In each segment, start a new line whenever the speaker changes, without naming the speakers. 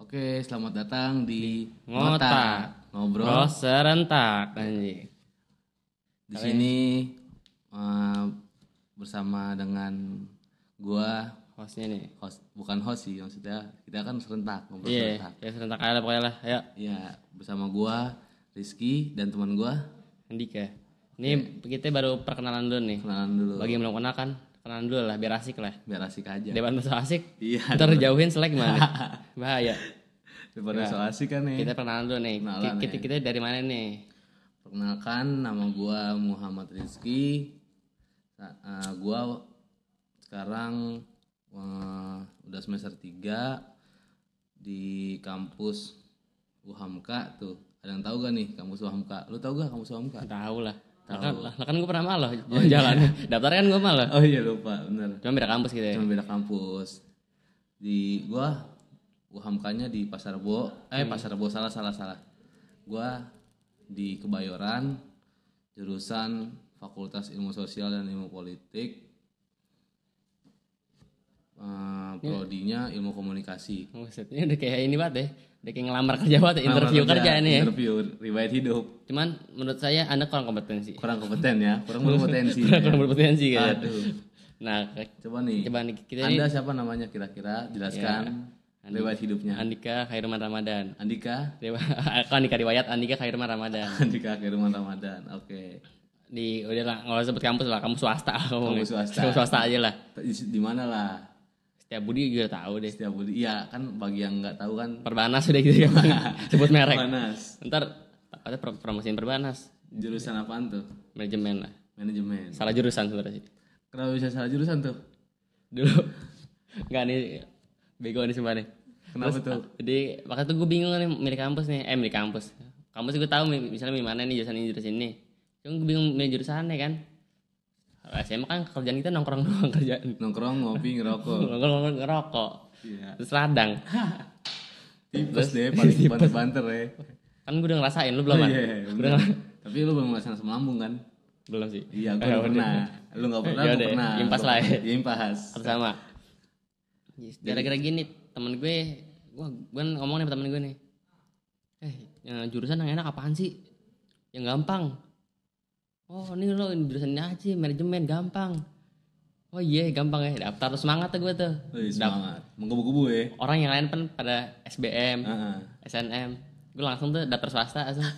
Oke, selamat datang di
Ngota.
Ngobrol.
Bro Oh, serentak anjing.
Di sini eh, bersama dengan gua
Hostnya nih.
host bukan host sih maksudnya kita kan serentak ngobrol
Iya,
serentak.
ya serentak aja lah pokoknya lah. Ayo,
Iya, bersama gua Rizky dan teman gua
Andika. Ini
Iya.
kita baru perkenalan dulu nih.
kenalan dulu
Bagi yang belum kenal kan, kenalan dulu lah biar asik lah.
biar asik aja.
Debat masuk asik,
Iya.
ntar jauhin selek gimana? Bahaya.
Daripada so asik kan ya.
Kita perkenalan dulu nih.
Perkenalan
kita, kita dari mana nih?
Perkenalkan nama gua Muhammad Rizky. Nah, eh, gua sekarang eh, udah semester 3 di kampus UHAMKA tuh. Ada yang tahu gak nih kampus UHAMKA? Lu tahu gak kampus UHAMKA?
Tahu lah. Lah kan, lah kan gue pernah malah jalan-jalan. Daftarnya kan gue malah.
Oh iya lupa, bener.
Cuma beda kampus gitu ya.
Iya. Cuma beda kampus. Di gua UHAMKA-nya di Pasar Bo. Eh
Hmm.
Pasar Bo salah salah salah. Gua di Kebayoran jurusan Fakultas Ilmu Sosial dan Ilmu Politik. Eh,
Iya.
prodinya Ilmu Komunikasi.
Buset, ini udah kayak ini banget ya. Udah kayak ngelamar kerja banget ya, interview
Lamar
kerja nih ya.
Interview riwayat hidup.
Cuman menurut saya Anda kurang kompetensi.
Kurang kompeten ya, kurang berpotensi.
kurang berpotensi gitu. kayaknya.
Aduh.
Nah, ke-
Coba nih.
coba nih kita ini
Anda siapa namanya kira-kira? Jelaskan riwayat hidupnya.
Iya. Andika Khairman Ramadan.
Andika
Dewa- Aku Andika riwayat Andika Khairman Ramadan.
Andika Khairul Ramadan. Oke.
Di udah lah nggak usah sebut kampus lah, kampus swasta lah ngomongnya.
swasta.
Kampus swasta aja lah.
Di- Di mana lah?
Setiap Budi juga tahu deh.
Setiap Budi. Iya, kan bagi yang nggak tahu kan
Perbanas udah gitu ya. Sebut merek.
Panas.
Ntar ada pro- promosiin Perbanas
Jurusan apaan tuh?
manajemen lah.
Manajemen.
Salah jurusan sebenarnya sih.
Kenapa bisa salah jurusan tuh?
Dulu nggak nih bego nih sumpah nih.
Kenapa tuh?
Jadi waktu itu gue bingung nih milih kampus nih, eh milih kampus. Kampus gue tahu mi- misalnya milih mana nih jurusan ini jurusan ini. Cuma gue bingung milih jurusannya kan. Kalau SMA kan kerjaan kita nongkrong doang kerjaan.
Nongkrong, ngopi, ngerokok.
Nongkrong nongkrong ngerokok.
Iya.
Terus radang.
Tipes deh paling banter-banter ya.
Kan gue udah ngerasain lu belum kan?
Iya, bener. Tapi lu belum ngerasain asam lambung kan?
Belum sih.
Iya, gue udah pernah. Lu nggak pernah,
Ya
gue
udah,
pernah.
impas
Gua-
lah ya.
Iya, impas.
Hampir sama. Yes, Gara-gara gini temen gue, wah gue kan ngomong nih sama temen gue nih. Eh eh, jurusan yang enak apaan sih? Yang gampang. Oh ini lo jurusan ini aja manajemen gampang. Oh iya gampang ya daftar terus semangat tuh gue tuh.
Wih, semangat. Menggebu-gebu ya.
Orang yang lain pun pada SBM,
Heeh.
SNM. Gue langsung tuh daftar swasta langsung.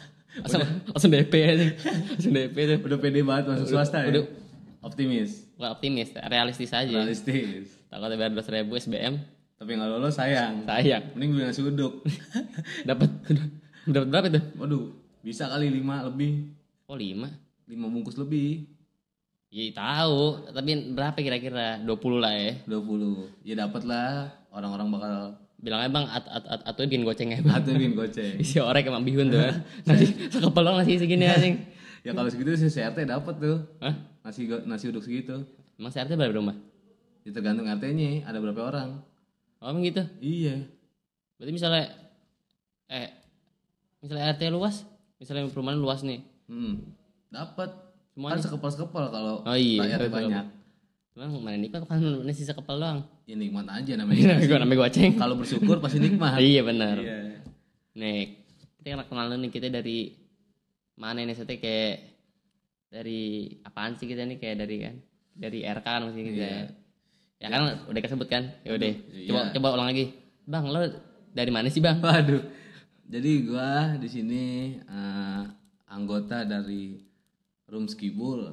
Langsung, langsung DP aja. Langsung DP tuh.
Udah pede banget masuk swasta ya?
udah. Iya.
Optimis,
Bukan optimis, realistis aja.
realistis.
Takutnya bayar 12 ribu SBM,
Tapi nggak lolos sayang.
sayang.
Mending beli nasi uduk.
Dapat dapat berapa tuh?
Waduh, bisa kali lima lebih,
Oh lima?
lima bungkus lebih,
Iya tahu, tapi berapa kira-kira? 20 lah ya.
20 Ya dapat lah, orang-orang bakal
Bilangnya bang, at, at, at, atunya bikin goceng ya bang.
hatuin goceng.
Isi orek emang bihun tuh. kan. Nanti sekepel lo ngasih segini anjing.
Ya kalau segitu sih CRT dapat tuh.
Hah?
Nasi go- nasi uduk segitu.
Emang CRT berapa rumah?
Ya tergantung RT-nya, ada berapa orang.
Oh emang gitu?
Iya.
Berarti misalnya, eh, misalnya RT luas, misalnya perumahan luas nih.
Hmm. Dapat. Kan
Semuanya?
sekepal-sekepal kalau
Oh iya,
rakyatnya
betul.
banyak.
Cuman mana nikmat kan ini sisa kepel doang.
Ya nikmat aja namanya.
Gue Iya, namanya goceng.
kalau bersyukur pasti nikmat.
Iya benar.
Iya.
Nih, kita kenal kenalan nih kita dari mana nih Maksudnya kayak dari apaan sih kita nih kayak dari kan dari RK kan mungkin kita
Iya.
ya. Ya kan udah kesebut kan. Ya udah.
Iya.
Coba coba ulang lagi. Bang, lo dari mana sih, Bang?
Waduh. Jadi gua di sini eh, anggota dari Room Skibul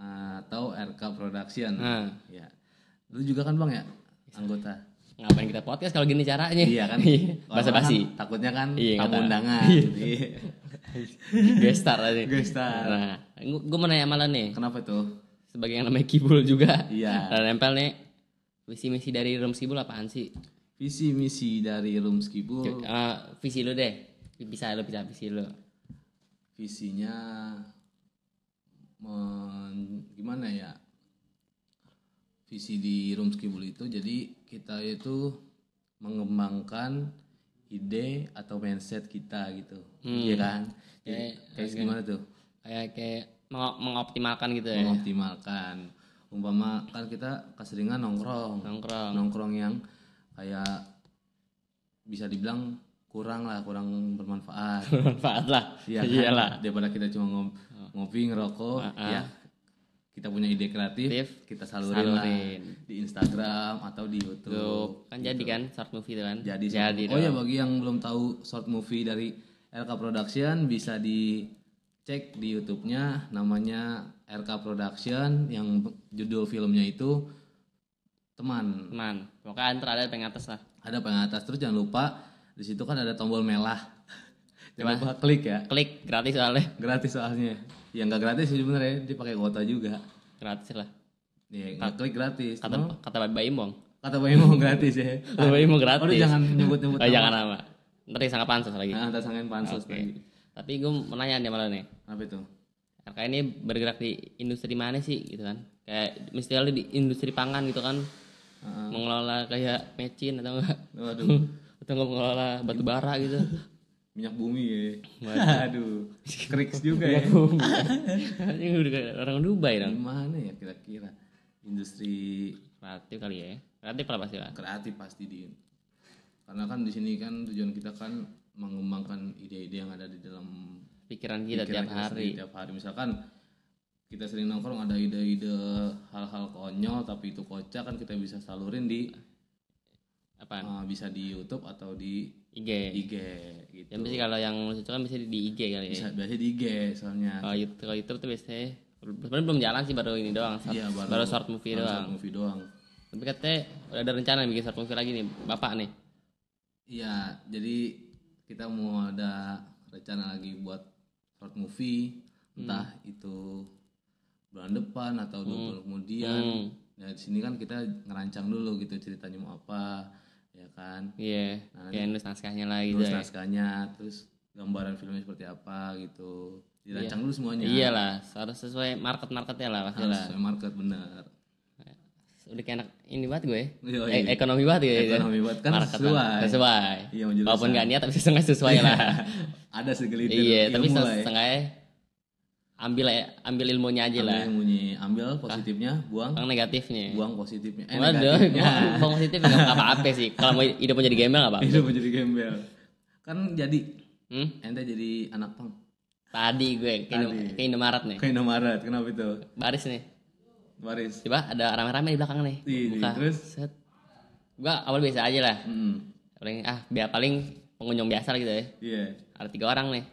eh, atau RK Production.
Nah.
Ya. Lu juga kan Bang ya anggota.
Ngapain kita podcast kalau gini caranya?
Iya kan?
Basa-basi.
Orang kan Takutnya kan tamu
Iya, nggak tahu.
undangan. Iya.
Gestar aja.
Guys, tar.
Nah, gue mau nanya malah nih
Kenapa tuh?
sebagai yang namanya Kibul juga.
Iya.
Nah, nempel nih visi misi dari Room Kibul apaan sih?
Visi misi dari Room Skibul
Eh, visi lo deh. Bisa lo bisa visi lo.
visinya men- gimana ya visi di Rumskibul itu jadi kita itu mengembangkan ide atau mindset kita gitu iya kan jadi kayak gimana tuh
kayak kayak meng- mengoptimalkan gitu ya
mengoptimalkan umpama kan kita keseringan nongkrong
nongkrong
nongkrong yang kayak bisa dibilang kurang lah kurang bermanfaat
bermanfaat lah
Iya kan?
iyalah Oh.
Daripada kita cuma ngom- ngopi ngerokok,
Ah-ah.
ya kita punya ide kreatif,
Kreatif,
kita salurin, lah
salurin.
di Instagram atau di YouTube.
tuh kan jadi kan short movie itu kan
Gitu. Jadi,
jadi
oh ya
dong.
bagi yang belum tahu short movie dari RK Production bisa dicek di YouTube-nya namanya RK Production yang judul filmnya itu teman
teman pokoknya antar ada pengen atas lah
ada pengen atas terus jangan lupa di situ kan ada tombol merah jangan lupa klik ya
klik gratis soalnya
gratis soalnya yang nggak gratis sih sebenarnya dia pakai kuota juga
gratis lah
ya nggak klik gratis
kata
Cuma
kata Mbak Imbong
kata Bayu mau gratis ya
Mbak Imbong gratis
Aduh jangan nyebut nyebut
oh, jangan apa ntar disangka pansos lagi
nah, atas angin pansus
Oke.
tadi
tapi gue mau nanya nih malah nih
apa itu
RK ini bergerak di industri mana sih gitu kan kayak misalnya di industri pangan gitu kan
Heeh.
mengelola kayak mecin atau enggak
waduh
atau enggak mengelola batu bara gitu
minyak bumi ya aduh kriks juga ya
ini udah kayak orang Dubai dong
gimana ya kira-kira industri
kreatif kali ya kreatif lah pasti lah
kreatif pasti di karena kan di sini kan tujuan kita kan mengembangkan ide-ide yang ada di dalam
pikiran kita Iya, tiap
Kira-kira
hari
sendiri tiap hari misalkan kita sering nongkrong ada ide-ide hal-hal konyol tapi itu kocak kan kita bisa salurin di
apaan
uh, bisa di YouTube atau di
IG
IG gitu
yang biasanya Ya, kalau yang lucu kan bisa di IG kali ya
bisa biasanya di IG soalnya
kalau YouTube, kalau YouTube tuh biasanya sebenarnya belum jalan sih baru ini doang short-
Iya, baru-
baru short movie
Bukan
doang
satu movie doang
tapi katanya udah ada rencana bikin short movie lagi nih bapak nih
iya jadi kita mau ada rencana lagi buat short movie entah itu bulan depan atau dua bulan kemudian
Hmm. hmm
nah di sini kan kita ngerancang dulu gitu ceritanya mau apa ya kan
iya kayak nulis naskahnya lah gitu
terus
ya
naskahnya terus gambaran filmnya seperti apa gitu
Iya.
dirancang dulu semuanya
iyalah harus sesuai market marketnya lah pasti
harus
lah
sesuai market bener
udah kayak anak ini banget gue
Iya,
E-
iya.
ekonomi banget gitu ya.
Ekonomi banget kan
Market
sesuai.
banget. sesuai
Iya, mau jurusan. Iya,
walaupun gak niat tapi setengah sesuai lah
ada segelitir
iya tapi
ilmu lah ya.
setengah ambil lah ya, ambil ilmunya aja
ambil
lah
ilmunya ambil positifnya buang
Yang negatifnya
buang positifnya eh
Waduh,
negatifnya
ngomong positif nggak apa-apa sih. Kalau mau hidup mau jadi gembel nggak apa-apa.
itu menjadi gembel kan jadi
Hmm?
ente jadi anak pang
Tadi gue ke, Indo- ke Indomaret nih.
kayak Indomaret kenapa itu
Baris nih.
Baris
Coba ada rame-rame di belakang nih.
Iya,
Buka.
terus?
Set. Gua awal biasa aja lah.
Mm,
Paling ah biar paling pengunjung biasa lah gitu ya.
iya
Ada tiga orang nih.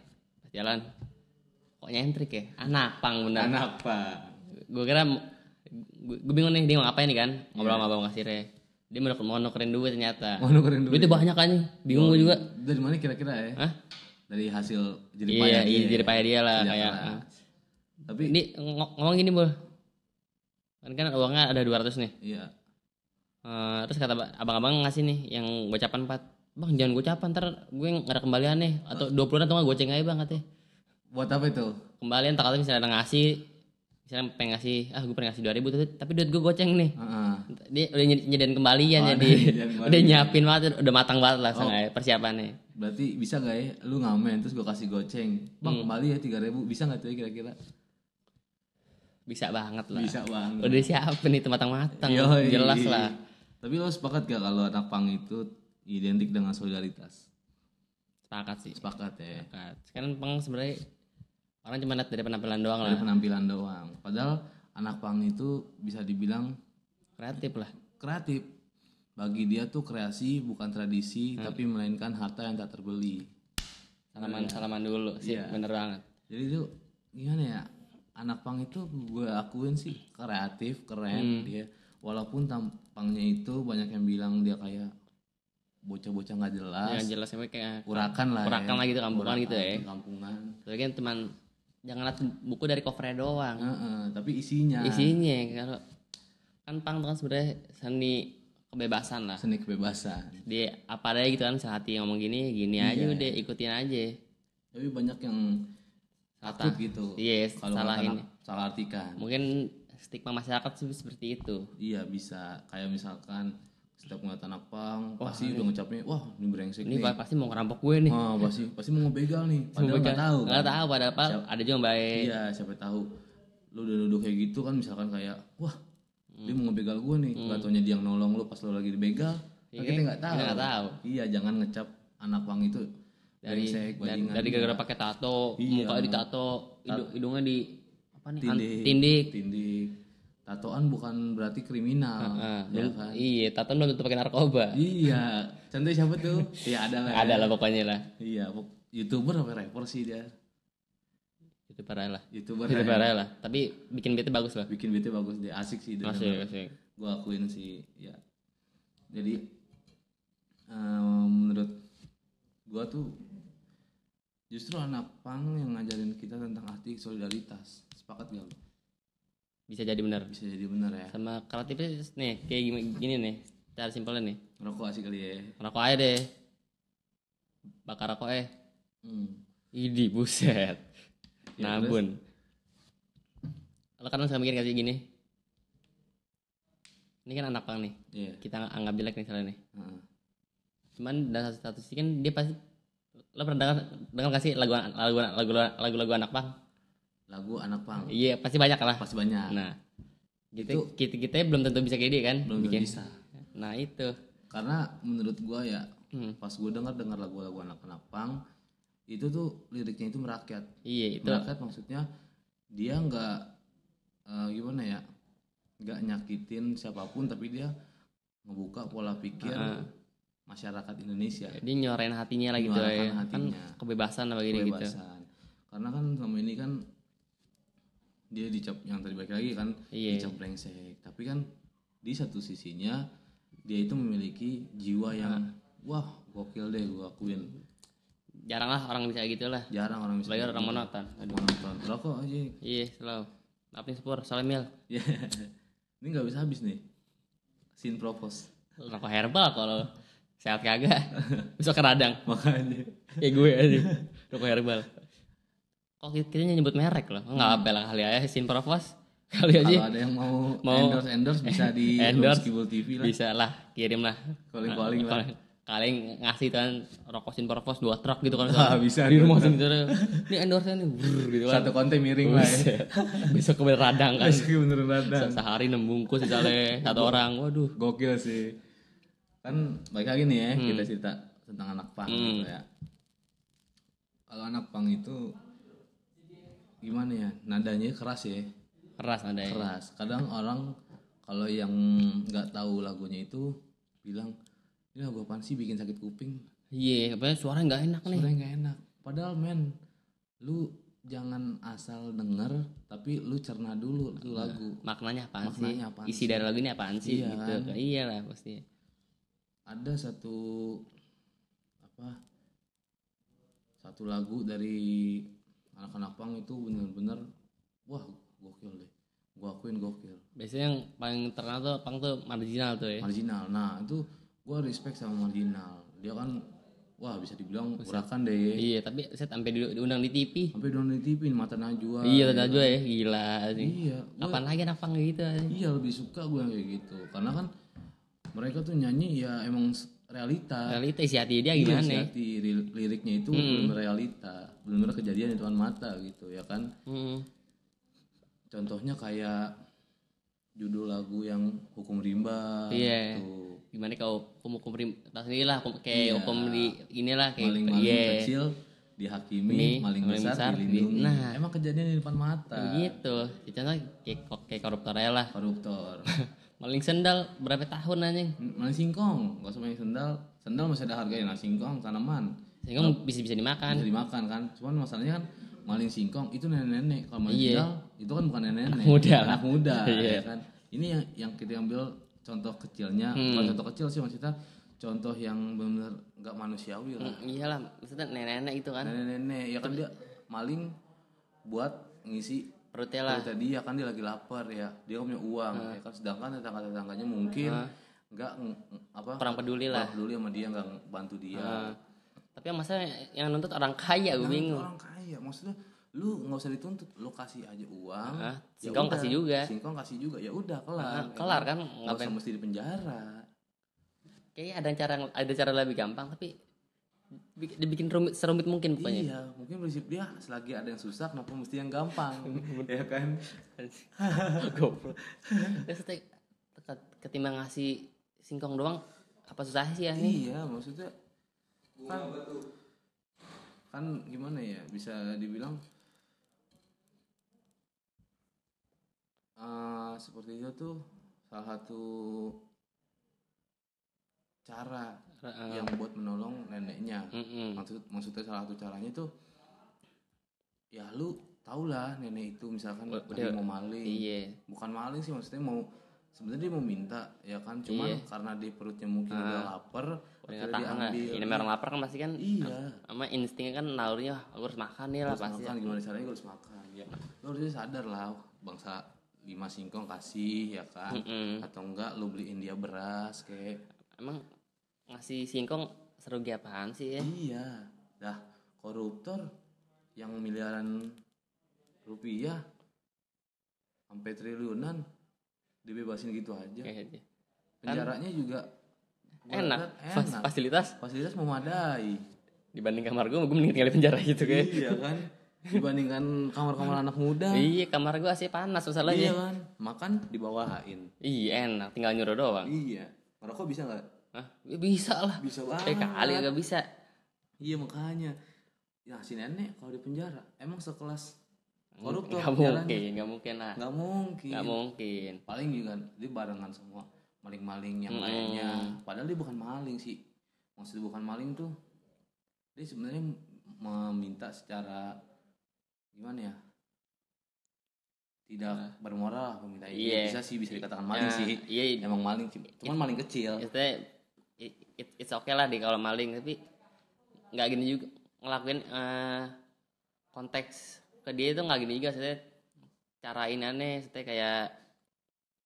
Pas Jalan. Kok nyentrik ya? Anak pang bener.
anak pang
Gue kira gue, gue bingung nih dia mau ngapain nih kan? Ngobrol
Iya.
sama abang kasirnya. Dia mau mau nukerin duit ternyata.
mau nukerin Oh, duit ya? Oh,
Duitnya banyak kan nih. Bingung gue juga.
dari mana kira-kira ya
Hah?
dari hasil jadi ya.
Iya, iya, jadi payah dia lah kayak. ah.
tapi
Ini ng- ngomong gini, Bol. Kan kan uangnya ada 200 nih.
iya
Eh, terus kata ba- abang-abang ngasih nih yang gocapan 4. Bang, jangan gocapan, ntar gue nggak ada kembalian nih atau 20 atau enggak goceng aja, Bang katanya.
buat apa itu
Kembalian tak misalnya ada ngasih misalnya pengen ngasih ah gue pengen ngasih 2000 tapi, tapi duit gue goceng nih.
Heeh.
Dia udah nyedi- nyediain kembalian
Oh,
jadi
udah nyediain kembalian. Oh.
udah nyiapin banget udah matang banget lah seenggaknya persiapannya.
berarti bisa gak ya lu ngamen terus gue kasih goceng bang
Hmm.
kembali ya tiga ribu bisa nggak tuh ya kira-kira
Bisa banget lah.
bisa bang
Udah siapin itu matang-matang.
Yoi.
Jelas lah.
tapi lo sepakat gak kalau anak pang itu identik dengan solidaritas
Sepakat sih.
sepakat ya
Sepakat. Sekarang peng sebenarnya orang cuma lihat dari penampilan doang
dari
lah.
penampilan doang padahal anak pang itu bisa dibilang
Kreatif lah.
kreatif bagi dia tuh kreasi bukan tradisi
Hmm.
tapi melainkan harta yang tak terbeli Iya.
Salaman salaman dulu sih, bener banget.
Jadi itu gimana ya? Anak pang itu gue akuin sih kreatif, keren
Hmm.
dia. Walaupun tampangnya itu banyak yang bilang dia kayak bocah-bocah nggak jelas,
Yang jelas emang kayak
urakan lah.
Urakan
ya.
lah gitu, kampungan gitu ya.
Kampungan.
tapi kan teman jangan lihat buku dari covernya doang.
Heeh, tapi isinya
Isinya kalau kan pang tuh kan sebenarnya seni kebebasan lah.
seni kebebasan.
Dia apa adanya gitu kan sehati ngomong gini, gini
Iya.
aja udah ikutin aja.
Tapi banyak yang
Kata.
takut gitu.
Yes,
Kalau
salah
anak-
ini.
salah artikan.
Mungkin stigma masyarakat sih seperti itu.
Iya bisa. Kayak misalkan setiap ngeliat anak pang pasti udah ngecapnya wah ini brengsek
iya. Ini
nih.
pasti mau ngerampok gue nih.
Ah, pasti pasti mau ngebegal nih. Padahal nggak tahu. kan.
Enggak tahu padahal ada juga yang baik.
Iya, siapa tahu lu udah nuduh kayak gitu kan misalkan kayak wah dia mau ngebegal gue nih, gak taunya dia yang nolong lu pas lu lagi dibegal, Kan kita nggak tahu.
Hmm. Iya, Kita nggak tahu.
Iya, jangan ngecap anak pang itu
dari
brengsek,
dari,
bajingan.
dari gara-gara pakai tato
Iya.
muka ditato hidung, hidungnya di apa nih An-
tindik,
tindik
tindik. Tatoan bukan berarti kriminal,
Ah,
ya
dulu-
kan?
iya tato belum tentu pakai narkoba
Iya. Contohnya siapa tuh? Iya, ada lah.
ada lah pokoknya lah
Iya, pok- YouTuber apa rapper sih dia?
itu parah lah
YouTuber. ya.
itu parah lah tapi bikin bete bagus lah
Bikin BT bagus dia, asik sih dia.
masih masih
gue akuin sih ya jadi em, menurut gue tuh justru anak pang yang ngajarin kita tentang arti solidaritas sepakat gak lu?
bisa jadi benar
bisa jadi bener ya
sama kreatifnya nih kayak gini, gini nih cara simpelnya nih
rokok asik kali ya
rokok aja deh bakar rokok eh
hmm.
Idi buset.
Ya,
Nah, Nabun. Lo kadang suka mikir gak sih gini? Ini kan anak pang nih.
iya
Kita anggap jelek nih salah nih.
Heeh.
Cuman dari statistik kan dia pasti lo pernah dengar dengar gak sih lagu lagu lagu lagu, lagu anak pang?
lagu anak pang
Iya pasti banyak lah.
pasti banyak
Nah, kita
Itu-
kita kita belum tentu bisa kayak dia kan?
belum
bikin.
bisa
Nah itu.
karena menurut gue ya
Hmm.
pas gue dengar dengar lagu-lagu anak-anak pang itu tuh liriknya itu merakyat
Iya itu.
merakyat maksudnya dia nggak eh, gimana ya nggak nyakitin siapapun tapi dia ngebuka pola pikir masyarakat Indonesia
Dia nyorain hatinya lah gitu
Menyuarakan
ya. Kan
hatinya.
kebebasan apa gitu. gitu.
kebebasan karena kan selama ini kan dia dicap yang tadi balik lagi kan
Iya.
dicap brengsek tapi kan di satu sisinya dia itu memiliki jiwa yang wah gokil deh gua akuin
Jarang lah orang bisa gitu lah.
jarang orang bisa
Belajar orang monoton.
Aduh, nonton rokok aja
Iya, selalu. Maafin sepur, soalnya mil.
Ya. ini nggak bisa habis nih sin propose
Rokok herbal kalau sehat kagak. Besok ke radang.
makanya
Ya gue aja. Rokok herbal. Kok kita, kita nyebut merek loh? Enggak apa lah kali aja sin Provos. Kali
Hmm. kalau
aja
ada yang mau,
Mau
endorse endorse bisa di
endorse.
Kibul TV lah
bisa lah, kirim lah.
Calling-calling lah.
Kalian ngasih kan rokok sin Provos dua truk gitu kan.
Ah, bisa,
Di
dua
rumah
truk.
sini tuh. Ini endorse nih. brrr, gitu kan.
satu konten miring lah ya
Buset. Besok ke radang kan.
Asli beneran radang.
Se- Sehari enam bungkus misalnya satu orang. Waduh.
gokil sih kan baik lagi nih ya
Hmm.
kita cerita tentang anak pang gitu ya kalau anak pang itu gimana ya nadanya keras
Eh.
ya
Keras ada ya.
keras kadang orang kalau yang nggak tahu lagunya itu bilang ini lagu apaan sih bikin sakit kuping
Iya, apa suara nggak enak nih.
Sebenernya nggak enak. Padahal men, lu jangan asal denger, tapi lu cerna dulu
Iya.
tuh lagu.
Maknanya apaan
Maknanya
sih?
apaan
Isi dari lagu ini apaan sih?
Iya
gitu. Iya lah pasti.
Ada satu apa? Satu lagu dari anak-anak pang itu bener-bener wah gokil deh. Gua akuin gokil.
Biasanya yang paling terkenal tuh pang tuh marginal tuh ya.
Marginal. Nah, itu gua respect sama marginal. Dia kan wah bisa dibilang gerakan deh.
Iya, tapi set sampai di- diundang di TV.
Sampai donor ditipin mata Najwa.
iya, tadi aja ya. Gila sih.
Oh, Iya, gua-
Kapan lagi anak pang gitu aja.
Iya lebih suka gue yang kayak gitu karena kan mereka tuh nyanyi ya emang s- realita.
Realita Nah, isi hati dia
Iya,
gimana? ya? Hmm.
isi hati Lil- liriknya itu benar realita, benar kejadian di depan mata gitu ya kan.
Hmm.
Contohnya kayak judul lagu yang hukum rimba
Iya.
gitu.
Gimana kalau hukum hukum rim- tahu sendiri lah hukum- kayak hukum di inilah kayak
Iya. Maling-maling
iya.
kecil dihakimi,
Ini,
maling,
maling
besar,
besar,
dilindungi.
di- nah. Iya.
Emang kejadian di depan mata.
Begitu. Contoh kayak kok- kayak koruptor aja lah.
Koruptor.
Maling sendal berapa tahun anjing?
maling singkong, gak usah maling sendal. Sendal masih ada harganya, nah singkong tanaman.
Sehingga bisa bisa dimakan.
bisa dimakan kan cuman masalahnya kan maling singkong itu nenek-nenek kalau maling
Iya.
sendal itu kan bukan nenek-nenek
Anak muda lah.
anak muda
Iya.
ya kan ini yang yang kita ambil contoh kecilnya
Hmm.
bukan contoh kecil sih maksudnya contoh yang benar nggak manusiawi lah
Mm, Iyalah, maksudnya nenek-nenek itu kan
nenek-nenek ya kan dia maling buat ngisi
perutnya lah. Hmm.
perutnya dia kan dia lagi lapar ya dia kan punya uang ya kan sedangkan tetangga-tetangganya mungkin nggak ng- ng- apa
Kurang peduli lah. Hmm.
kurang peduli sama dia nggak bantu dia
Oh. Ah. Tapi yang masalah yang nuntut orang kaya gue bingung.
orang kaya maksudnya lu nggak usah dituntut lu kasih aja uang ya
Ah, singkong
udah.
kasih juga.
singkong kasih juga ya udah kelar
Ah, kelar kan,
nggak
ngapain?
usah mesti di penjara
Kayaknya ada cara ada cara lebih gampang tapi bi- dibikin rumit serumit mungkin pokoknya.
iya mungkin prinsip dia selagi ada yang susah kenapa mesti yang gampang ya kan
Goblok. Terus te- te- ketimbang ngasih singkong doang apa susah sih ya nih
Iya, maksudnya kan, kan gimana ya bisa dibilang eh seperti itu tuh salah satu cara
Iya. Ah.
yang buat menolong neneknya.
Mm-mm.
Maksud maksudnya salah satu caranya tuh ya lu tahulah nenek itu misalkan
Udah-
tadi mau maling
iya
bukan maling sih maksudnya mau sebenarnya dia mau minta ya kan cuman
Iya. Ah.
karena di perutnya mungkin udah lapar
nggak
akhirnya
tahan lah
diambil
ini orang lapar kan pasti kan
iya
sama instingnya kan naurnya "Wah, aku harus makan nih lah
harus
pasti ya.
makan gimana caranya gue harus makan ya lu harusnya sadar lah bangsa lima singkong kasih ya kan
Mm-mm.
atau enggak lu beliin dia beras kayak
emang ngasih singkong serugi apaan sih ya
iya dah koruptor yang miliaran rupiah sampai triliunan dibebasin gitu aja
Kayak gitu.
penjaranya juga gua
enak,
lihat
Fas-
enak.
fasilitas
fasilitas memadai
dibanding kamar gue gue mending tinggal di penjara gitu kayak
iya kan dibandingkan kamar-kamar anak muda
iya kamar gue asli panas
iya
masalahnya
kan makan dibawain
iya enak tinggal nyuruh doang
iya merokok bisa nggak
Hah? Ya bisa lah
bisa
eh kali agak bisa
iya makanya ya si nenek kalau di penjara emang sekelas koruptor
nggak mungkin nggak mungkin lah
nggak mungkin
nggak mungkin
paling juga dia barengan semua maling-maling yang
Mm-mm.
lainnya padahal dia bukan maling sih maksudnya bukan maling tuh dia sebenarnya meminta secara gimana ya tidak bermoral lah peminta
Nah. Iya.
bisa sih bisa dikatakan maling
Nah,
sih
iya
emang maling sih cuman maling kecil
maksudnya i- it- it's okay lah deh kalau maling tapi nggak gini juga ngelakuin eh, konteks ke dia itu nggak gini juga maksudnya cara ini aneh maksudnya kayak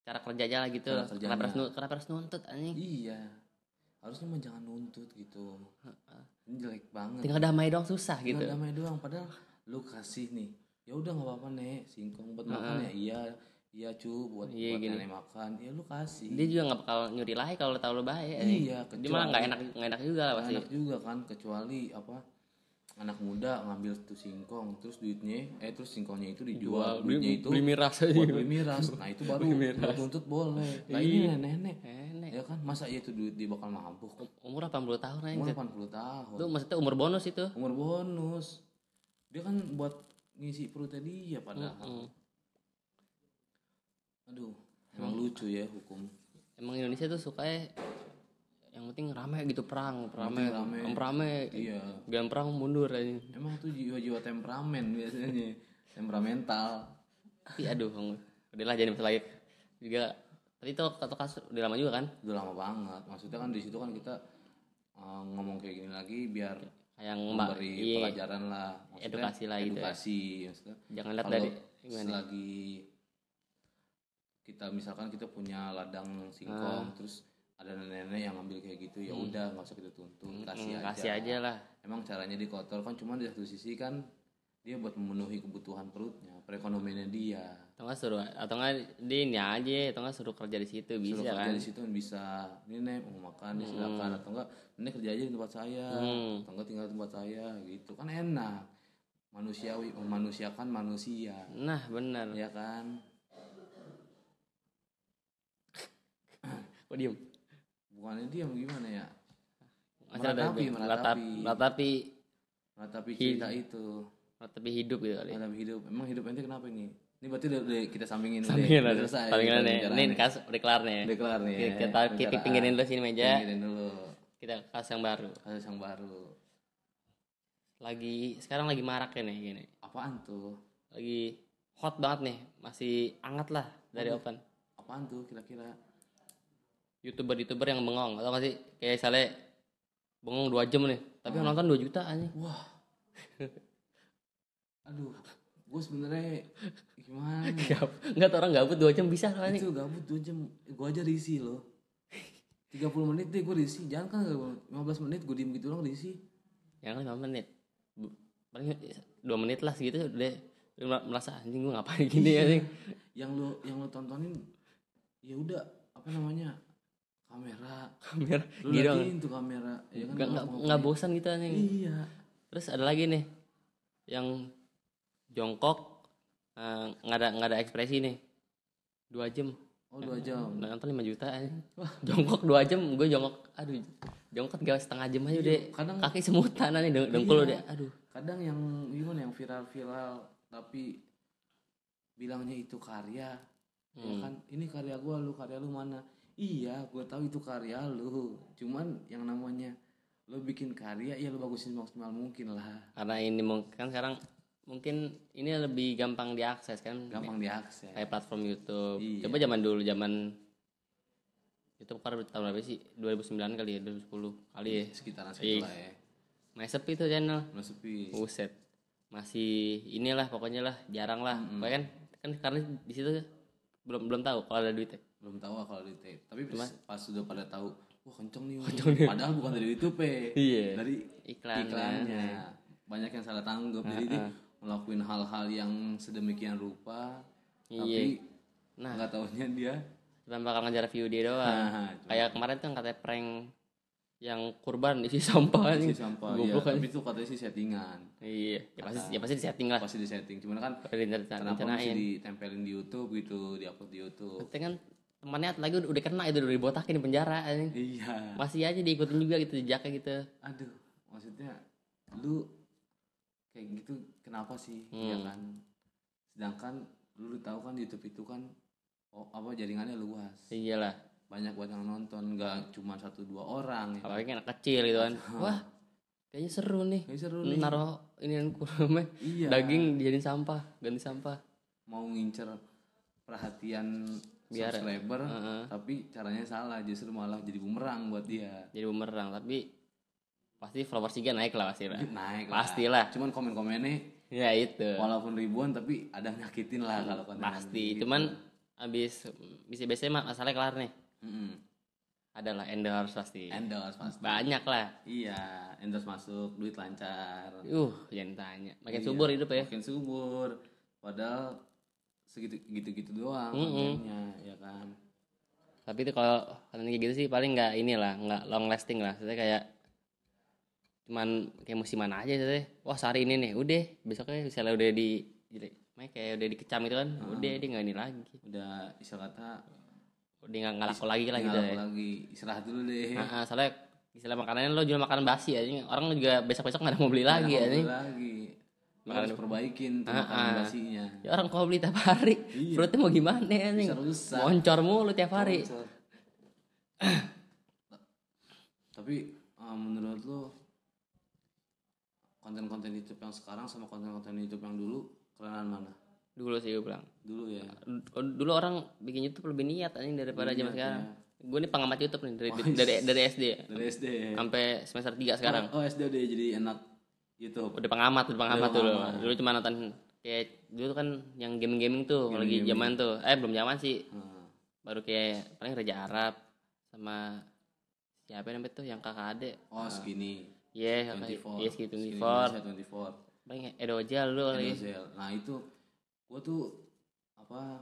cara kerja aja lah gitu
Cara kerjanya.
kenapa harus, nu- kenapa harus nuntut anjing
iya harusnya mah jangan nuntut gitu ini jelek banget
tinggal damai dong susah
gitu.
gitu
damai doang padahal lu kasih nih ya udah nggak apa-apa nek singkong buat makan ya iya iya cu buat buat
Iya, gini.
nenek makan ya lu kasih
dia juga nggak bakal nyuri lagi kalau tahu lo bahaya anjing.
Iya,
dia malah nggak
kecuali-
enak nggak enak juga lah pasti
anak juga kan kecuali apa anak muda ngambil tuh singkong terus duitnya eh terus singkongnya itu dijual duitnya itu
miras aja
buat beli miras nah itu baru baru tuntut boleh nah ini
iya.
nenek
Nenek,
ya kan masa iya tuh duit dia bakal mabuk
umur 80 tahun aja
umur 80 tahun
itu maksudnya umur bonus itu
umur bonus dia kan buat ngisi perutnya dia padahal aduh emang lucu ya hukum
emang Indonesia tuh suka yang penting rame gitu perang rame
rame.
rame, rame.
iya
Gak perang mundur aja
emang tuh jiwa-jiwa temperamen biasanya temperamental
tapi aduh udahlah jadi masalah lagi juga tapi itu satu kasus udah lama juga kan
udah lama banget maksudnya kan di situ kan kita uh, ngomong kayak gini lagi biar
kayak mbak
memberi
iya
pelajaran lah maksudnya
Edukasi lah gitu ya.
edukasi maksudnya
jangan lihat
kalau
dari
selagi kita misalkan kita punya ladang
Ah.
singkong terus ada nenek-nenek yang ngambil kayak gitu ya udah nggak usah kita tuntun kasih,
Hmm,
aja.
kasih aja lah
emang caranya dikotor kan cuman di satu sisi kan dia buat memenuhi kebutuhan perutnya perekonomiannya dia
atau nggak suruh atau nggak di ini aja atau nggak suruh kerja di situ
Suruh
bisa
kerja
kan
di situ kan bisa ini nek mau makan ya silakan atau enggak nenek kerja aja di tempat saya
Hmm.
atau enggak tinggal di tempat saya gitu kan enak manusiawi memanusiakan manusia
nah benar
ya kan
kok diem
bukannya dia gimana ya
Masih ada-
Meratapi,
meratap-
meratapi.
meratapi
tapi cerita itu
meratapi hidup gitu kali
tapi hidup emang hidup ente kenapa ini ini berarti udah, udah kita sambingin udah-
Palingan
udah
ada-
selesai
palingan
kita
nih,
bicara
ini kasus udah kelar nih.
udah kelar nih
Kita, kita, kita
pembicaraan.
pinggirin dulu ya. sini meja,
pinggirin dulu
kita ke kasus yang baru.
kasus yang baru
Lagi sekarang lagi marak ya nih gini.
apaan tuh
Lagi hot banget nih, masih anget lah dari
Hmm.
open.
apaan tuh kira-kira
Youtuber-youtuber yang bengong atau masih kayak misalnya bengong 2 jam nih,
Hmm.
tapi yang nonton 2 juta aja.
wah aduh gue sebenarnya gimana ya?
Gab, enggak orang gabut 2 jam bisa loh anjing.
itu gabut dua jam gue aja risih loh 30 menit deh gue risih jangan kan 15 menit gue diem gitu doang risih
Yang 5 menit. Bu- Paling 2 menit lah segitu udah udah merasa anjing gue ngapain gini
Iya.
ya anjing.
yang lo yang lo tontonin ya udah apa namanya kamera
Kamera
lu
gitu.
lagi tuh kamera ya kan
Enggak
lu
enggak
ngapa-
enggak bosan gitu anjing.
iya
Terus ada lagi nih yang jongkok eh, nggak ada nggak ada ekspresi nih dua jam
Oh dua jam.
nonton 5 juta anjing. jongkok 2 jam gue jongkok aduh jongkok gak setengah jam aja udah
Iya, kadang-
kaki semutan nih deng-
Iya,
dengkul udah aduh
Kadang yang gimana yang viral-viral tapi bilangnya itu karya. Ya
Hmm,
kan ini karya gua lu karya lu mana? Iya, gua tahu itu karya lu. Cuman yang namanya lu bikin karya ya lu bagusin maksimal mungkin lah.
karena ini mungkin kan sekarang mungkin ini lebih gampang diakses kan
Gampang diakses.
kayak platform YouTube.
Iya.
Coba zaman dulu zaman YouTube kan tahun berapa sih? 2009 kali ya, 2010 kali ya.
Sekitaran
Iya.
segitu lah ya.
Masih sepi tuh channel.
Masih sepi.
Buset. Masih inilah pokoknya lah, jarang lah. Pokoknya kan kan karena di situ belum belum tahu kalau ada duitnya.
belum tahu ah kalau di tape tapi pas, pas sudah pada tahu wah kenceng nih padahal bukan dari YouTube ya
Iya.
dari
Iklan,
iklannya banyak yang salah tanggap jadi dia ngelakuin hal-hal yang sedemikian rupa tapi
Iya. Nah.
nggak taunya dia
Cuma bakal ngejar view dia doang.
nah,
Kayak kemarin tuh yang katanya prank yang kurban isi sampah
si
nih.
sampah ya,
Goblok kan.
tapi itu katanya sih settingan
Iya, ya pasti ya pasti disetting lah. Nah,
pasti di setting cuman kan kenapa mesti
Rencanain.
ditempelin di YouTube gitu diupload di YouTube
Tapi kan temannya lagi udah, udah kena itu udah dibotakin di penjara anjing.
iya
masih aja diikutin juga gitu jejaknya gitu
aduh maksudnya lu kayak gitu kenapa sih ya
Hmm.
kan sedangkan lu tahu kan YouTube itu kan oh, apa jaringannya luas
iyalah
banyak banget yang nonton nggak cuma satu dua orang ya kan?
apalagi kan anak kecil gitu kan wah kayaknya seru nih
Kayak seru nih
naruh ini kurma
Iya.
daging dijadiin sampah ganti sampah
mau ngincer perhatian subscriber
ya. Heeh.
tapi caranya salah justru malah jadi bumerang buat dia
jadi bumerang tapi pasti followers juga naik lah pasti lah
naik lah.
Nah, pastilah
cuman komen komennya
ya itu
walaupun ribuan tapi ada yang nyakitin lah kalau konten
Hmm,
gitu.
pasti cuman abis bisa biasanya ma- masalahnya kelar nih
Mm-mm.
adalah endorse pasti
endorse pasti
Iya. banyak lah
Iya, endorse masuk, duit lancar.
uh jangan tanya
Iya.
makin subur hidup ya
Makin subur. Padahal segitu gitu-gitu doang kontennya, ya kan.
tapi itu kalau konten kayak gitu sih paling nggak inilah nggak long lasting lah saya kayak cuman kayak musiman aja saya wah sehari ini nih udah besoknya misalnya udah di jadi main kayak udah dikecam gitu kan
Ah.
udah dia nggak ini lagi
Udah istilah kata
udah nggak nggak laku lagi lah gitu
tinggal
ya
lagi istirahat dulu deh.
nah, ah, soalnya istilah makanannya lo jual makanan basi aja orang juga besok besok nggak ada mau beli lagi
Mau
ya
beli lagi. Lu harus perbaikin
Ah,
tuh makanan basinya.
ya orang kalau beli tiap hari perutnya mau gimana ya nih
Iya. Bisa rusak.
moncor mulu tiap hari
Tapi eh, menurut lu konten-konten YouTube yang sekarang sama konten-konten YouTube yang dulu kerenan mana?
dulu sih gue bilang
Dulu ya.
dulu orang bikin YouTube lebih niat ya. anjing daripada zaman sekarang. Gue nih pengamat YouTube nih dari dari dari SD ya,
Dari SD ya.
sampai semester 3 sekarang.
Oh SD udah jadi enak YouTube.
Udah pengamat, Iya. udah pengamat dulu. Dulu cuma nonton kayak dulu kan yang gaming-gaming tuh lagi zaman tuh. Eh belum zaman sih.
Nah,
Baru kayak paling Raja Arab sama siapa namanya tuh yang kakak adek.
oh segini.
Iya, kakak.
24.
Iya, segitu
Segini
24.
Indonesia 24.
Paling Edo Ojal dulu kali.
Indonesia. Nah itu gua tuh apa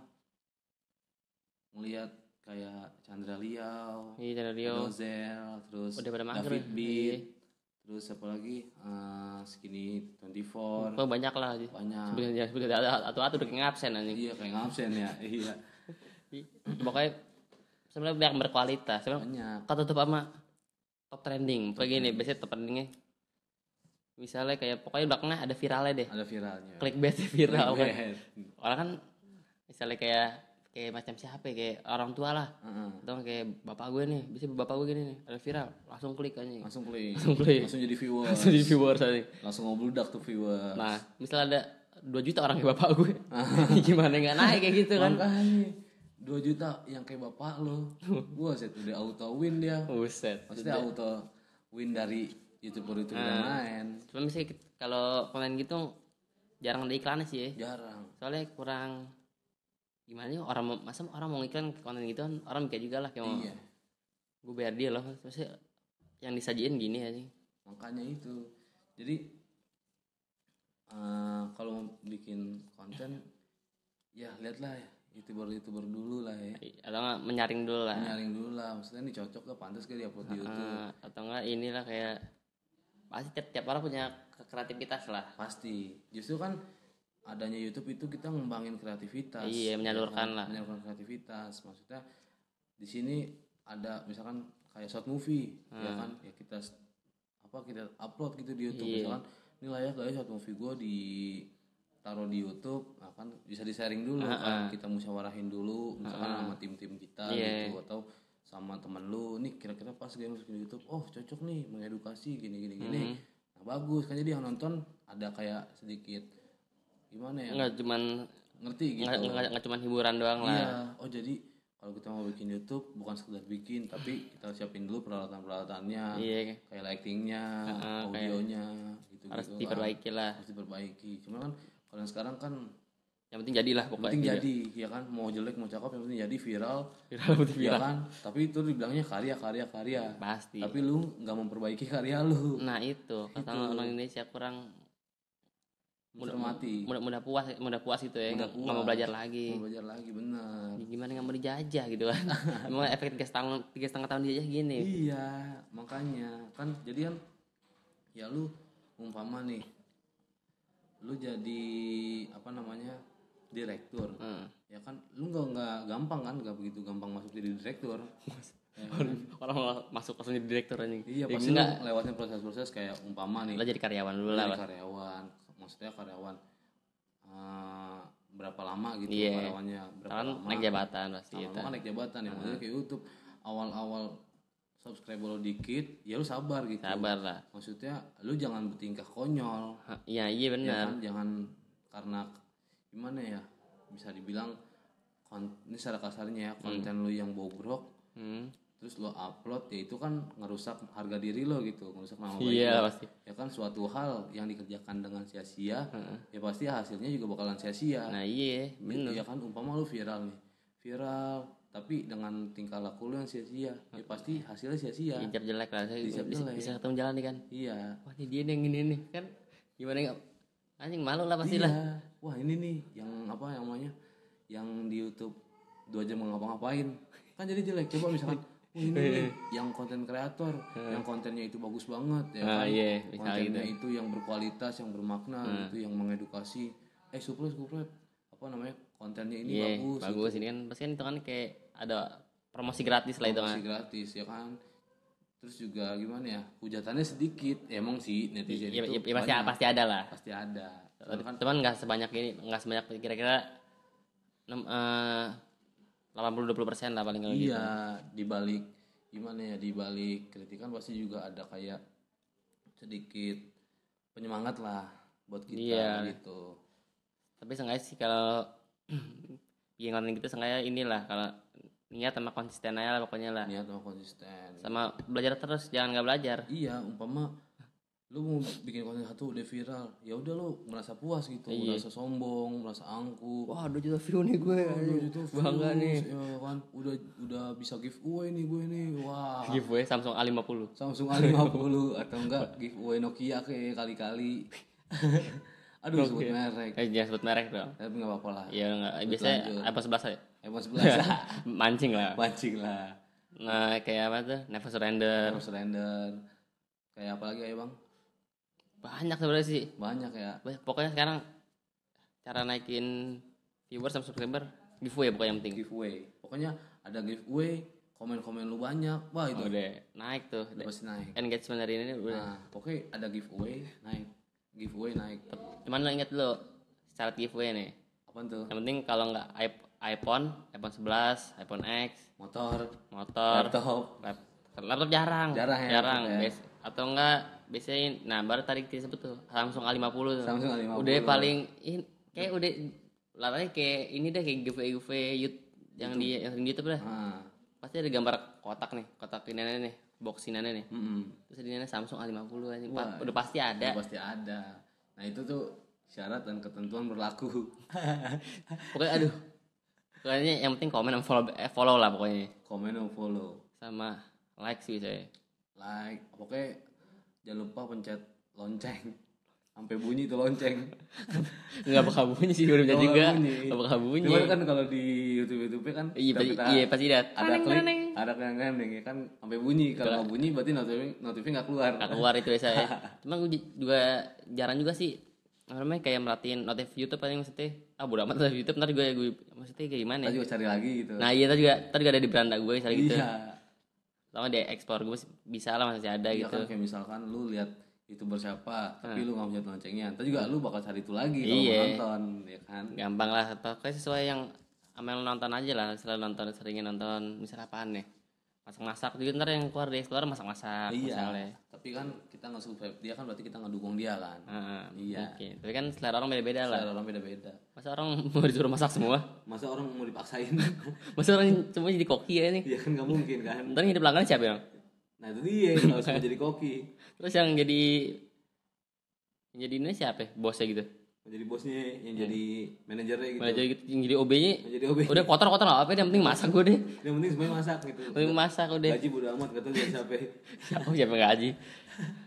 ngelihat kayak Chandra Liao,
Iya, dari Rio.
Nozel, terus
Udah pada mager
David
ya.
Beat, terus apa lagi eh, segini 24
Pokoknya banyak lah.
banyak.
Sebenarnya sebenarnya ada atu-atu udah kayak ngabsen anjing.
Iya kayak ngabsen ya. iya
Pokoknya sebenarnya banyak berkualitas. Sebenarnya
banyak.
ketutup sama top trending kayak gini biasanya top trendingnya misalnya kayak pokoknya belakangnya ada viralnya deh
Ada viralnya.
clickbait viral kan
Clickbait.
orang kan misalnya kayak kayak macam siapa ya, kayak orang tua lah
Heeh.
atau kayak bapak gue nih bisa bapak gue gini nih ada viral langsung klik aja
Langsung play.
Iya. Langsung play.
Langsung jadi viewer.
langsung jadi viewers aja
Langsung ngobludak tuh viewer.
nah misalnya ada 2 juta orang kayak bapak gue gimana nggak naik kayak gitu kan
Makanya 2 juta yang kayak bapak lo. Buset udah auto win dia.
buset
Maksudnya auto win dari YouTuber itu yang
Nah.
lain.
cuma misalnya kita- kalau konten gitu jarang ada iklannya sih ya
Jarang.
soalnya kurang gimana ya orang mau- masa orang mau ngiklan ke konten gitu kan orang mikir juga lah kayak mau
Iya.
gue bayar dia loh terus ya, yang disajiin gini ya aja
Makanya itu. Jadi eh, kalau mau bikin konten ya lihatlah ya YouTuber-YouTuber dulu lah ya.
atau enggak menyaring dulu lah
Nyaring dulu lah. Maksudnya ini cocok gak pantas gak di-upload di YouTube.
Eh, atau enggak inilah kayak pasti tiap, tiap orang punya ke- kreativitas lah
Pasti. Justru kan adanya YouTube itu kita ngembangin kreativitas. Ya kan?
Iya, menyalurkan lah.
Menyalurkan kreativitas. Maksudnya di sini ada misalkan kayak short movie, ya kan? Ya kita s- apa kita upload gitu di YouTube
Hmm. Iya.
misalkan ini layak gak ya short movie gue di taruh di YouTube, nah kan bisa di sharing dulu kan kita musyawarahin dulu misalkan sama tim-tim kita
Iya.
gitu atau sama temen lu nih kira-kira pas gue masukin di YouTube, oh cocok nih mengedukasi gini gini gini,
Hmm.
nah bagus kan jadi yang nonton ada kayak sedikit gimana ya
nggak cuman
ngerti gitu
nggak nggak- nggak cuman hiburan doang lah
iya oh jadi kalau kita mau bikin YouTube bukan sekedar bikin tapi kita siapin dulu peralatan peralatannya
iya
kayak lightingnya audionya gitu gitu
harus diperbaiki lah
harus diperbaiki cuman kan kalau yang sekarang kan
yang penting jadilah
yang
pokoknya gitu.
penting jadi ya kan mau jelek mau cakep yang penting jadi viral
viral Iya. betul
ya kan tapi itu dibilangnya karya karya karya
pasti
tapi lu nggak memperbaiki karya lu
nah itu kata
Itu.
orang Indonesia kurang
mudah mati
mudah mudah puas mudah puas gitu ya
Mudah
nggak nggak mau
puas.
belajar
mau
lagi
belajar lagi bener
Ya gimana nggak mau dijajah gitu kan emang efek tiga setengah tiga setengah tahun dijajah gini
Iya, makanya kan jadi kan ya lu umpama nih lu jadi apa namanya direktur
Heeh.
ya kan lu nggak nggak gampang kan nggak begitu gampang masuk jadi direktur Ya kan?
Orang- orang malah masuk langsung jadi direktur anjing
iya
Ya
pasti lu
enggak
lewatin proses-proses kayak umpama nih
lo jadi karyawan dulu lah
dari
Pak.
karyawan maksudnya karyawan eh, berapa lama gitu
Iya.
karyawannya berapa
kan
lama
naik jabatan Nah. pasti itu
lama-lama naik jabatan ya maksudnya kayak YouTube awal-awal subscriber lo dikit ya lu sabar gitu
sabar lah
maksudnya lu jangan bertingkah konyol
Ha, iya iya
ya
benar
kan? jangan karena gimana ya bisa dibilang kon- ini secara kasarnya ya konten lu yang bobrok
Hmm.
terus lo upload ya itu kan ngerusak harga diri lo gitu ngerusak nama baik
iya
lo.
pasti
ya kan suatu hal yang dikerjakan dengan sia-sia ya pasti hasilnya juga bakalan sia-sia
nah iya benar
ya kan umpama lu viral nih viral tapi dengan tingkah laku lu yang sia-sia ya pasti hasilnya sia-sia
Incer jelek lah saya bisa,
Dicap
bisa,
jelek.
bisa ketemu jalan nih kan
iya
wah ini dia nih yang ini nih kan gimana nggak anjing malu lah pasti lah
Iya. Wah ini nih yang apa yang namanya yang di YouTube dua jam nggak ngapa-ngapain kan jadi jelek. Coba misalkan wah ini
Iya.
nih, yang konten kreator yang kontennya itu bagus banget ya
Ah,
kan.
iya, misalnya
kontennya itu yang berkualitas yang bermakna gitu yang mengedukasi. Eh suplai suplai apa namanya kontennya ini
iya
bagus gitu.
bagus ini kan pasti kan itu kan kayak ada promosi gratis lah itu kan
masih gratis ya kan. Terus juga gimana ya hujatannya sedikit emang sih netizen
Iya,
itu
iya, iya, pasti
banyak.
pasti ada lah
pasti ada. Cuman kan
teman nggak sebanyak ini nggak sebanyak kira-kira eh, delapan puluh dua puluh persen lah paling kalau gitu
Iya, dibalik gimana ya dibalik kritikan pasti juga ada kayak sedikit penyemangat lah buat kita
Iya.
gitu.
tapi seenggaknya sih kalau bikin konten gitu seenggaknya inilah kalau niat sama konsisten aja lah pokoknya lah
Niat mau konsisten.
sama belajar terus jangan nggak belajar
Iya, umpama lu mau bikin konten satu udah viral, ya udah lu merasa puas gitu, merasa sombong, merasa angkuh.
Iya. wah dua juta view nih gue
Udah gitu bangga nih. Ya kan, udah udah bisa giveaway nih gue nih. Wah.
giveaway Samsung A50
Samsung A50 atau enggak giveaway Nokia kayak kali-kali. Aduh, sebut merek.
eh jangan sebut merek dong
tapi nggak apa-apa lah Eh,
ya nggak biasanya apa sebelas aja
iPhone 11
mancing lah
pancing lah
nah kayak apa tuh never surrender
terus render kayak apa lagi ya bang
banyak sebenarnya sih
banyak ya
Wah, pokoknya sekarang cara naikin viewers sama subscriber giveaway pokoknya yang penting
giveaway pokoknya ada giveaway komen-komen lu banyak wah itu
udah naik tuh
udah pasti naik
engagement dari ini udah
nah pokoknya ada giveaway naik giveaway naik
cuman lo inget lo syarat giveaway nih
apa tuh
yang penting kalau nggak iP- iPhone iPhone 11 iPhone X
motor
motor
laptop
lap- laptop jarang
Jarang ya,
jarang
laptop ya.
bias- atau enggak biasanya ini- nah baru tadi kita sebut tuh Samsung A50 tuh
Samsung A50.
udah paling in, kayak udah laranya kayak ini deh kayak giveaway giveaway YouTube yang di yang di YouTube dah
nah
pasti ada gambar kotak nih kotak ini nih box ini nih
mm-mm.
terus ini Samsung A50 anjing
Wah.
Pa- udah pasti ada
Itu pasti ada nah itu tuh syarat dan ketentuan berlaku
pokoknya aduh pokoknya yang penting komen sama follow eh, follow lah pokoknya
komen dan follow
sama like sih saya
like pokoknya jangan lupa pencet lonceng sampai bunyi tuh lonceng
nggak bakal bunyi sih udah
Nggak
jadi juga
bunyi.
nggak bakal bunyi
cuman kan kalau di YouTube YouTube kan kita-
iya pasti
kita
iya pasti ada
ada klik ada yang ya kan sampai bunyi kalau nggak bunyi berarti notif notifnya nggak keluar
Nggak keluar itu biasa ya. cuma gue ju- juga jarang juga sih apa namanya kayak merhatiin notif YouTube paling maksudnya ah bodo amat notif YouTube ntar gue gue maksudnya kayak gimana
Kita
ya?
juga cari lagi gitu.
nah iya ntar juga ntar juga ada di beranda gue misalnya gitu
iya.
sama di explore gue masih- bisa lah masih ada
Iya
gitu Nah.
kan kayak misalkan lu lihat youtuber siapa, tapi lu nggak punya loncengnya. Ntar juga lu bakal cari itu lagi kalau
Iya.
mau nonton, ya kan?
gampang lah pokoknya sesuai yang amel nonton aja lah selalu nonton seringin nonton misalnya apaan nih masak-masak juga ntar yang keluar di explore
iya.
masak-masak Nah, misalnya
Tapi kan kita nggak subscribe dia kan berarti kita nggak dukung dia kan.
Heeh,
Iya.
mungkin. tapi kan selera orang beda-beda lah
Selera orang beda-beda.
masa orang mau disuruh masak semua
Masa orang mau dipaksain?
masa orang cuma jadi koki ya ini
ya kan nggak mungkin kan.
ntar yang jadi pelanggan siapa yang
Nah itu dia kalau harus menjadi koki,
terus yang jadi yang jadi ini siapa ya? bosnya gitu
menjadi bosnya, yang
Iya.
jadi manajernya gitu.
Malah jadi gitu yang jadi OB nya
Menjadi OB.
udah kotor kotor nggak apa yang penting masak gue deh
Yang penting semuanya masak gitu.
yang penting masak udah
Gaji bodo amat kata dia sampai
aku siapa yang gaji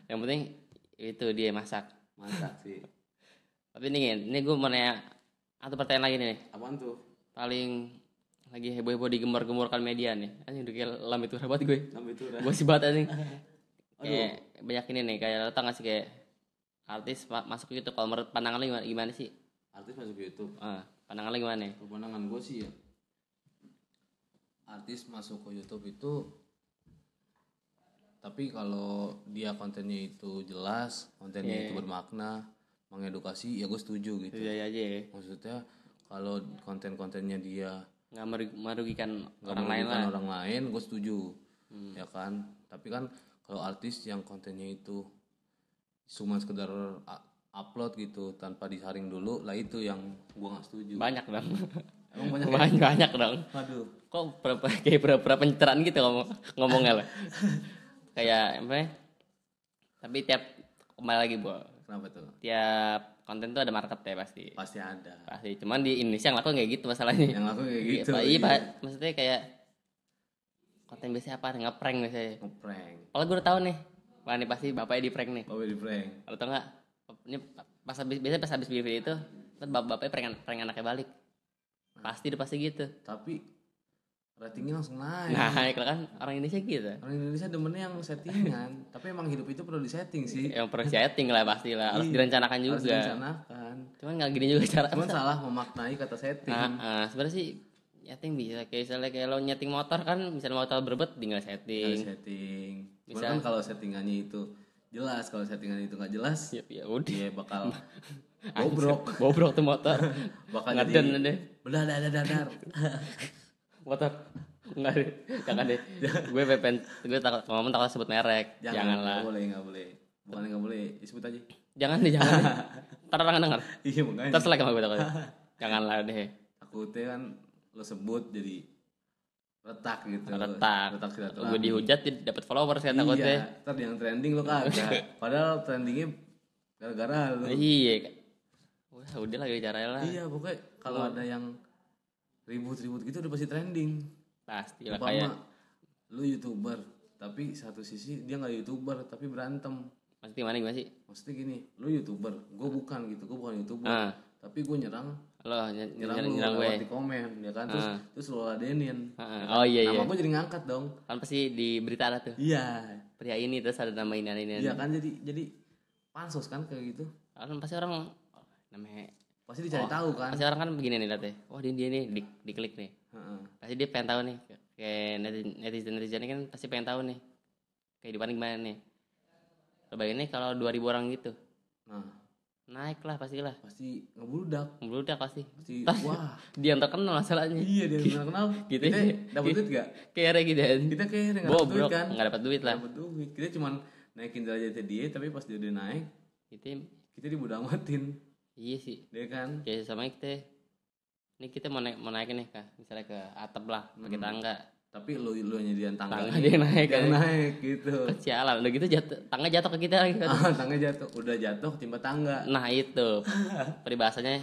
yang penting itu dia masak
masak sih.
tapi ini ini gue mau nanya atau pertanyaan lagi nih
Apaan tuh?
paling lagi heboh heboh digembar-gemborkan media nih anjing udah kayak lam itu hebat gue
Sampai itu udah.
gue sih banget anjing kayak banyak ini nih kayak lo tau gak sih kayak artis ma- masuk gitu kalau menurut pandangan lo gimana, gimana sih
Artis masuk ke YouTube.
Eh, pandangan lo gimana nih
Kepandangan gue sih ya artis masuk ke YouTube itu tapi kalau dia kontennya itu jelas, kontennya itu bermakna, mengedukasi, ya gue setuju gitu.
iya aja ya
Maksudnya kalau konten-kontennya dia
nggak meru- merugikan
nggak
orang lain lah Hmm.
merugikan orang lain gue setuju ya kan tapi kan kalau artis yang kontennya itu cuma sekedar a- upload gitu tanpa disaring dulu lah itu yang gue nggak setuju
banyak dong
emang banyak ya?
banyak banyak dong
waduh
kok berapa kayak pura-pura pencitraan gitu ngomong ngomongnya lah kayak apa ya? tapi tiap kembali lagi bu
kenapa tuh
tiap konten tuh ada market ya pasti
pasti ada
pasti cuman di Indonesia yang laku nggak gitu masalahnya
yang laku kayak
Iya,
gitu
Pak. Iya,
iya.
Pak. Maksudnya kayak konten biasanya apa? Ngeprank biasanya.
ngeprank
Kalau gue udah tahu nih, wah ini pasti bapaknya di prank nih.
bawa di prank
Kalau tau nggak, ini pas habis biasanya pas habis video itu, ntar bap- bapaknya prank, prank anaknya balik. Pasti udah pasti gitu.
tapi ratingnya langsung naik
Nah, kalau kan orang Indonesia gitu.
orang Indonesia demennya yang settingan tapi emang hidup itu perlu disetting sih
Yang perlu setting lah pasti lah, harus
Iya.
direncanakan
harus
juga.
direncanakan Iya.
Cuman nggak gini juga cara.
cuman salah memaknai kata setting
Nah, ah, sebenarnya sih nyeting bisa kayak misalnya kayak lo nyeting motor kan misalnya motor berbet tinggal
Harus
setting
setting. Cuman
Bisa.
kan kalau settingannya itu jelas, kalau settingannya itu nggak jelas,
ya, ya udah
dia bakal bobrok,
bobrok tuh motor
bakal
ngaden
jadi
deh
beladadadadar.
motor enggak deh jangan deh gue pengen gue takut ngomong takut sebut merek
Jangan,
janganlah
nggak boleh, nggak boleh. Bukan nggak boleh, disebut aja.
jangan deh jangan deh. ntar orang denger
Iya makanya.
ntar selek sama gue takut janganlah deh
Takutnya kan lo sebut jadi retak gitu.
retak Iya,
Retak silaturahmi.
gue dihujat jadi dapat followers kan
Iya,
takutnya
ntar yang trending lo kagak. Padahal trendingnya gara-gara lo.
iya wah udah lah gini caranya lah
Iya, pokoknya kalau ada yang ribut-ribut gitu udah pasti trending.
pasti lah
Umpama,
Iya, kayak
lu youtuber tapi satu sisi dia nggak youtuber tapi berantem
pasti mana gimana sih
maksudnya gini lu youtuber gue bukan gitu gue bukan youtuber
ah
tapi gue nyerang
lo ny-
nyerang,
nyerang,
lu
nyerang gue
lewat di komen ya kan terus terus lu ladenin
Ah, ah. oh iya iya
nama gue jadi ngangkat dong
kan pasti di berita ada tuh
iya
pria ini terus ada nama ini ini, ini
iya kan jadi jadi pansos kan kayak gitu
kan pasti orang namanya
pasti dicari tahu kan
pasti orang kan begini nih lihat ya wah dia dia nih di, diklik nih
Heeh.
pasti dia pengen tahu nih kayak netizen netizen kan pasti pengen tahu nih kehidupan gimana nih Kalau bayanginnya kalau 2000 orang gitu
nah
naik lah pastilah
pasti ngebludak
meludak pasti
pasti wah
dia yang terkenal masalahnya
iya dia kenal kenal
Gitu
kita
aja.
dapet duit gak
kayak gitu kan
kita kayak nggak dapet duit
bobrok
kan
nggak dapat duit lah
dapet duit kita cuman naikin derajatnya dia tapi pas dia udah naik
itu
kita dibodoh amatin
iya sih
dia kan
kayak sama kita ini kita mau naik mau naik nih kak misalnya ke atap lah pakai tangga
tapi lu lu nya dia yang Hmm. tangga
tangga dia naik
dia
kan
yang naik gitu
sialan udah gitu jatuh tangga jatuh ke kita lagi kan
ah, tangga jatuh udah jatuh timba tangga
Nah itu peribahasanya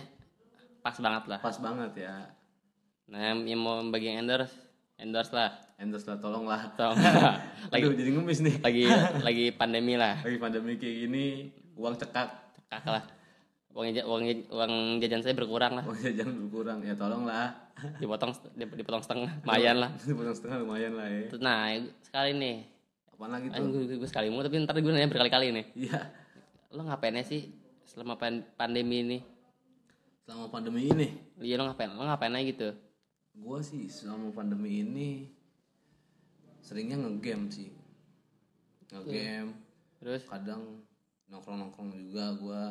pas banget lah.
pas banget ya
Nah yang, yang mau bagi endorse endorse lah.
endorse lah tolong lah
Atau lagi
aduh jadi ngemis nih
lagi lagi pandemi lah.
lagi pandemi kayak gini uang cekak
Cekak lah. Uang, ja- uang, ja- uang jajan saya berkurang lah.
uang jajan berkurang ya tolong lah
Dipotong set- dip- dipotong setengah, lumayan lah.
potong setengah lumayan lah ya
Terus, Nah sekali nih,
apaan lagi
Anjing,
tuh
gue, gue- gue sekali mulu tapi ntar gue nanya berkali-kali nih.
iya
Lo ngapainnya sih selama pan- pandemi ini?
selama pandemi ini
Iya lo ngapain? Lo ngapain aja gitu?
gue sih selama pandemi ini seringnya ngegame sih ngegame
Terus
kadang nongkrong nongkrong juga gue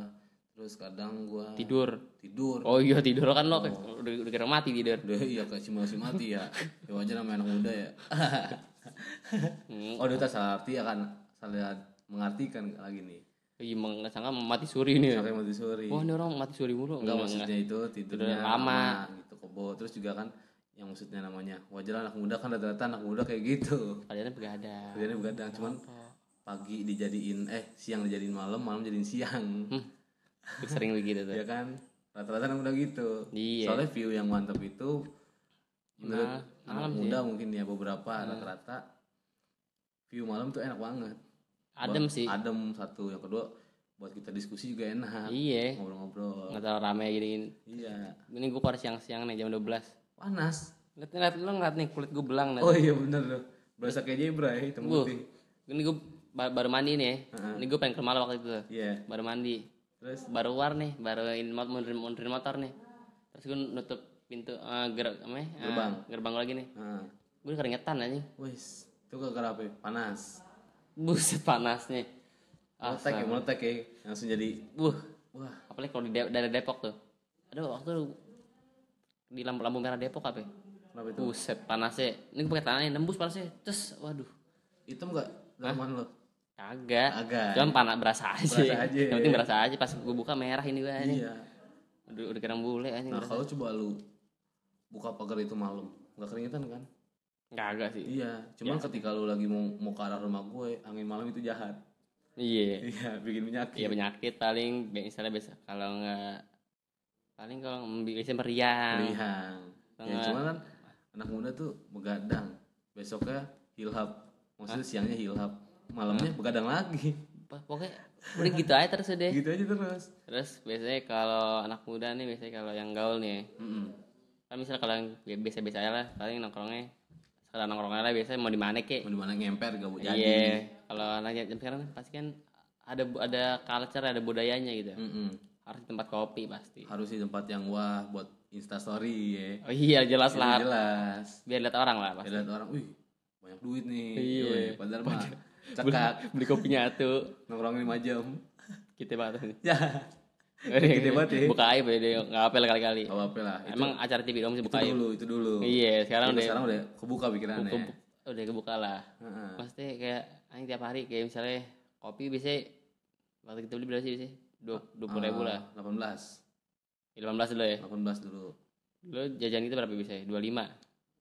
terus kadang gue
tidur.
tidur
Oh iya tidur kan lo udah, udah kira mati tidur.
udah ya kayak simulasi mati ya ya wajar sama anak muda ya oh udah tak salah arti akan salah mengartikan lagi nih
Iya emang sangka mati suri nih.
sampai mati sore
Wah ini orang mati suri mulu.
enggak Iya.
Enggak,
Oh, maksudnya itu tidurnya
Tidur lama.
gitu kebo terus juga kan yang maksudnya namanya wajar anak muda kan rata-rata anak muda kayak gitu
Kalian begadang.
kerjanya begadang cuman pagi dijadiin eh siang dijadiin malam malam jadiin siang
Hmm. Sering begitu tuh.
ya kan rata-rata anak muda gitu
Iya.
soalnya view yang mantap itu menurut
Nah,
anak
malam sih. Hmm.
muda mungkin ya beberapa rata-rata view malam tuh enak banget
Adem
Buat-
sih.
adem satu yang kedua buat kita diskusi juga enak
Iya.
ngobrol-ngobrol
Nggak terlalu rame gini.
iya
Ini gue keluar siang-siang nih jam 12.
panas
Lihat, lihat lo ngeliat nih kulit gue belang.
oh iya bener loh berasa kayak zebra ya hitam
Wuh,
putih
ini gue baru mandi nih. ya. Ini gue pengen ke rumah lo waktu itu.
iya
Baru mandi.
terus
Baru keluar nih, baru in- mot- mundurin, mundurin motor nih. Terus gue nutup pintu eh, ger- apa ya, eh,
Gerbang.
gerbang gue lagi nih.
nah,
Gue udah keringetan aja.
wis itu gara-gara apa ya? panas
Buset panasnya.
meletek ya meletek ya langsung jadi
Wuh,
wah
apalagi kalau di De- daerah Depok tuh. Aduh, waktu di lampu lampu merah Depok apa? ya?
kenapa itu
Buset panasnya. Ini gue pakai tangannya nembus panasnya. Terus, waduh.
hitam nggak dalaman lo
Kagak.
Kagak.
Cuman panas berasa aja.
Berasa aja.
Yang penting berasa aja pas gue buka merah ini gue anjing.
iya
Udah udah kira bule anjing.
nah
berasa.
kalau coba lu buka pagar itu malam nggak keringetan kan
Kagak sih.
iya
Ya.
cuman ketika lu lagi mau mau ke arah rumah gue angin malam itu jahat
Iya.
iya bikin
Iya
penyakit
penyakit paling be- misalnya biasa kalau nggak paling kalau bisa meriang.
Lihang. ya
Tengah.
cuman kan anak muda tuh begadang besoknya hilap maksudnya siangnya hilap malamnya begadang lagi
Pokoknya udah gitu aja terus deh.
gitu aja terus
Terus biasanya kalau anak muda nih biasanya kalau yang gaul nih
Mm-mm.
kan misalnya kalau yang bi- biasa-biasa aja lah paling nongkrongnya sekedar nongkrongnya lah biasanya mau di mana kek
mau dimana ngemper gak mau
iya
jadi
kalau anak jam sekarang kan pasti kan ada bu- ada culture ada budayanya gitu
Mm-mm.
harus di tempat kopi pasti
harus di tempat yang wah buat instastory ya
oh iya jelas
Itu
lah
jelas
biar lihat orang lah pasti
Ya, lihat orang wih banyak duit nih
Iya.
Wih, padahal mah cekak
beli kopinya tuh
nongkrong lima jam
kita banget
ya Gede banget ya.
buka aib ya dia nggak apel kali-kali
gak apa-apa lah itu,
emang acara TV dong
itu
sih buka aib
dulu itu dulu
iya
Itu
sekarang udah
sekarang udah kebuka pikirannya
kebu- udah kebuka lah
Heeh.
Maksudnya kayak anjing tiap hari kayak misalnya kopi biasanya waktu kita beli berapa sih biasanya? Dua dua puluh ribu lah.
Ah, 18
Delapan belas dulu ya.
18 dulu
Lo jajan kita berapa biasanya? Dua lima.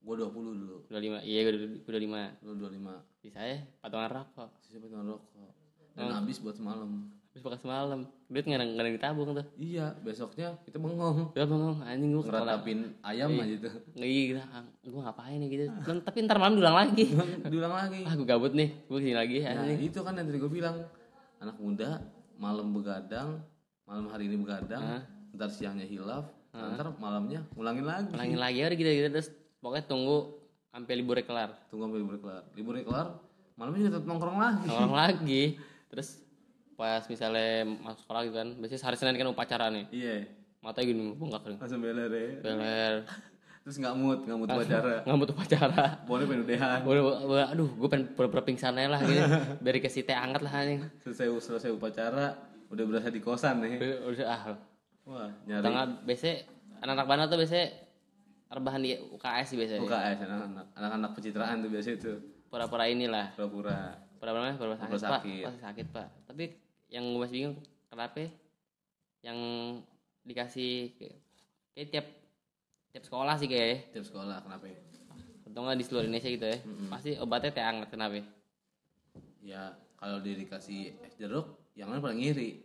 gue 20 dulu
Dua lima. Iya gue dua lima.
lu 25
Bisa ya patungan rokok.
siapa yang rokok dan
Oh.
habis buat semalam
Terus bakal semalam. Duit nggak ada nggak ada yang ditabung tuh.
iya besoknya kita bengong
Gue bengong anjing gue sekolah.
ngeratapin ayam aja tuh
Nggak iya gitu. Gue ngapain nih gitu. Belum, tapi ntar malam diulang lagi.
diulang lagi
ah gue gabut nih. Gue kesini lagi.
nah,
anjing.
itu kan yang tadi gue bilang anak muda malam begadang malam hari ini begadang ntar siangnya hilaf ntar malamnya ngulangin lagi
Ulangin lagi ya udah gitu gitu terus pokoknya tunggu sampai liburnya kelar.
tunggu sampai libur kelar liburnya kelar malamnya juga tetap nongkrong lagi
nongkrong lagi terus pas misalnya masuk sekolah gitu kan biasanya hari senin kan upacara nih
iya
matanya gini bengkak nih
langsung beler ya
beler
terus nggak mood nggak mood pacara
ngambut upacara
boleh pengen udahan
Gua- gua- gua- aduh gue pengen pura-pura pingsan aja lah gitu biar dikasih teh anget lah anjing
selesai selesai upacara udah berasa di kosan nih
udah udah, ah
Wah, nyari
tengah biasanya anak-anak bandar tuh biasanya rebahan di UKS sih biasanya
UKS anak-anak anak-anak pencitraan tuh biasanya itu
pura-pura inilah
pura-pura.
pura-pura namanya pura-pura sakit,
Pura-pura sakit.
pak pasti sakit pak tapi yang gue masih bingung kenapa ya? yang dikasih kayak, kayak tiap tiap sekolah sih kayak
Tiap sekolah kenapa ya?
atau nggak di seluruh Indonesia gitu ya pasti obatnya teh anget kenapa
Ya kalau dia dikasih es jeruk, yang lain paling ngiri.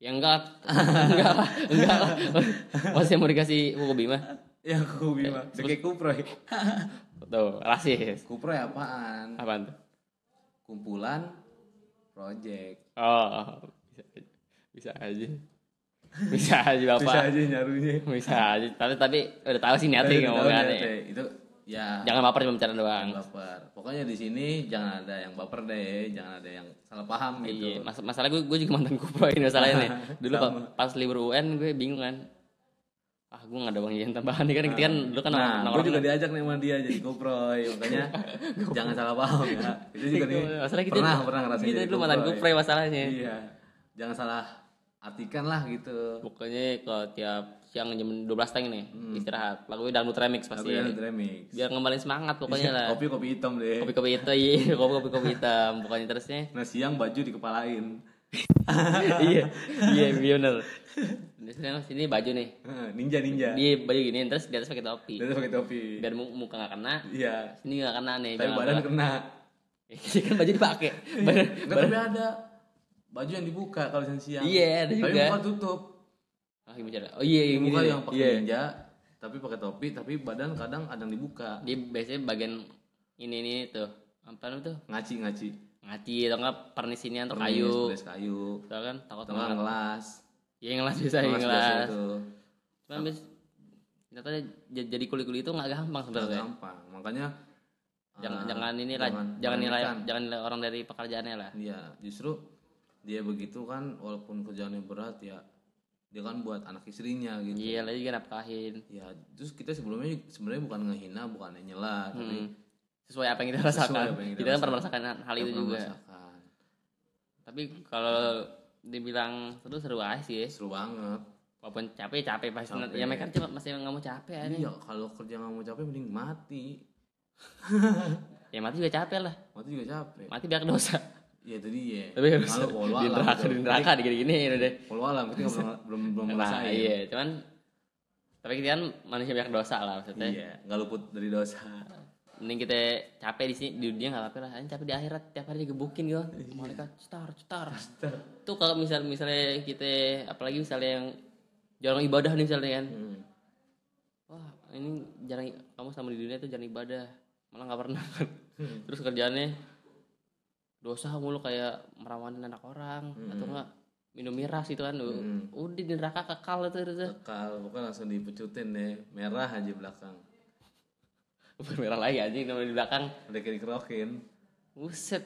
ya enggak enggak lah enggak lah masih mau dikasih kopi mah
Ya aku bima, kayak kuproy.
tuh rasis
kuproy apaan?
apaan tuh
Kumpulan project.
oh bisa aja bisa aja bisa aja
Bisa
bapak
aja nyarunya.
bisa aja tapi tapi udah tahu sih niatnya
Tapi
nggak
tahu
mau
niatnya.
niatnya
Itu ya
Jangan baper cuma bicara doang.
jangan baper pokoknya di sini jangan ada yang baper deh jangan ada yang salah paham
Iya,
gitu
mas masalah gue gue juga mantan kupro ini masalahnya nih. Dulu pa-
Sama.
pas libur UN gue bingung kan. Ah, gue gak ada uang jajan tambahan nih kan kita kan dulu kan
nah gue
nongkrong
juga diajak nih sama dia jadi koproy makanya jangan salah paham ya itu juga nih
Masalah kita
pernah pernah ngerasain
Kita
jadi
Iya, dulu mantan
koproy.
kupro ya, masalahnya.
iya jangan salah artikan lah gitu
Pokoknya kalau tiap siang jam 12 tang nih istirahat. Lagu dangdut remix
aku
pasti.
Hmm. yang remix
Biar ngembalin semangat Iya. pokoknya lah.
kopi kopi hitam deh
Kopi-kopi hitam, iya, kopi-kopi kopi hitam. Pokoknya terusnya
nah siang baju dikepalain
iya iya iya bener Terus kan sini baju nih
ninja ninja
dia baju gini terus di atas pakai topi
dan pakai topi
biar mu- muka nggak kena
iya
sini nggak kena nih
tapi
jangan
badan
lupa.
kena
Iya, kan baju dipakai Badan-
Nggak, tapi ada baju yang dibuka kalau siang siang
Iya, ada
tapi
juga.
muka tutup
Ah, gimana cara? oh iya iya
muka
gini.
yang pakai
Iya.
ninja tapi pakai topi tapi badan kadang ada yang dibuka
dia biasanya bagian ini ini tuh apa namanya tuh
ngaci ngaci
ngaci atau nggak pernis ini atau
Pernis,
kayu
tulis kayu
Soalnya kan takut
atau nggak
banget
ngelas
ya ngelas bisa ya
Ngelas biasa
ngelas
itu
cuman bis ternyata j- jadi kuli kuli itu nggak
Nggak
gampang sebenarnya
gampang makanya
ya. jangan
ah,
jangan ini lah
jangan
jangan nilai
meremehkan.
jangan nilai orang dari pekerjaannya lah
Iya, justru dia begitu kan walaupun kerjaannya berat ya dia kan buat anak istrinya gitu.
iya lagi juga nafkahin
Ya, terus kita sebelumnya sebenarnya bukan ngehina, bukan nyela, tapi
Hmm. sesuai apa yang kita rasakan
apa yang kita
kita, kan pernah merasakan hal
dia
itu
pernah
juga
merasakan.
tapi kalau dibilang seru seru aja sih ya.
Eh, Seru banget.
walaupun capek capek pasti
Capek.
ya mereka cuma masih nggak mau capek aja
Iya, kalau kerja nggak mau capek mending mati.
ya mati juga capek lah
Mati juga capek.
mati banyak dosa
Ya itu dia.
tapi harus
Malu walau
di
alam,
neraka
gitu.
di neraka gini gini udah
Walau alam, kita nggak pernah- belum belum
nah,
merasain.
iya cuman tapi kita kan manusia banyak dosa lah maksudnya
Iya, nggak luput dari dosa.
mending kita capek di sini di dunia nggak apa-apa lah Ini capek di akhirat tiap hari digebukin gitu malaikat cetar cetar tuh kalau misal misalnya kita apalagi misalnya yang jarang ibadah nih misalnya kan
Hmm.
wah ini jarang kamu sama di dunia tuh jarang ibadah malah nggak pernah kan terus kerjaannya dosa mulu kayak merawanin anak orang atau enggak minum miras gitu kan udah di neraka kekal itu itu
Kekal, pokoknya langsung dipecutin deh. Merah aja belakang.
Bukan merah lagi anjing namanya di belakang
Udah kayak dikerokin.
Buset,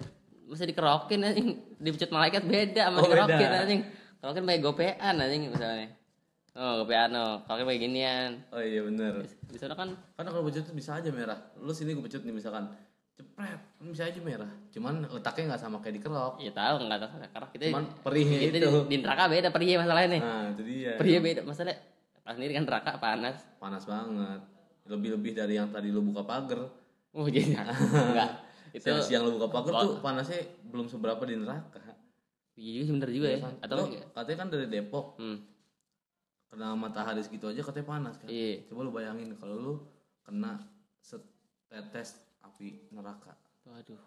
mesti dikerokin anjing. Dipecut malaikat beda sama
Oh,
dikerokin
beda.
anjing. Kerokin pakai gopean anjing misalnya. Oh, gopean oh. Kerokin pakai ginian.
Oh iya bener.
Di sana kan
Karena kalau pecut tuh bisa aja merah. Lu sini gue pecut nih misalkan. Cepret, ini bisa aja merah. Cuman letaknya nggak sama kayak di kerok.
ya tahu enggak tahu kerok kita.
Cuman perihnya
kita
itu.
Di, di neraka beda perihnya masalahnya nih.
Nah, itu dia.
Perihnya beda masalahnya. Pas sendiri kan neraka panas.
Panas banget. Lebih-lebih dari yang tadi lu buka pagar.
Oh, jadi enggak. Itu
Siang, siang lu buka pagar tuh panasnya belum seberapa di neraka.
iya juga sebener juga ya. Atau
Lu
enggak?
katanya kan dari Depok
Hmm.
kena matahari segitu aja katanya panas kan.
Iya.
Coba lu bayangin kalau lu kena setetes api neraka.
Waduh.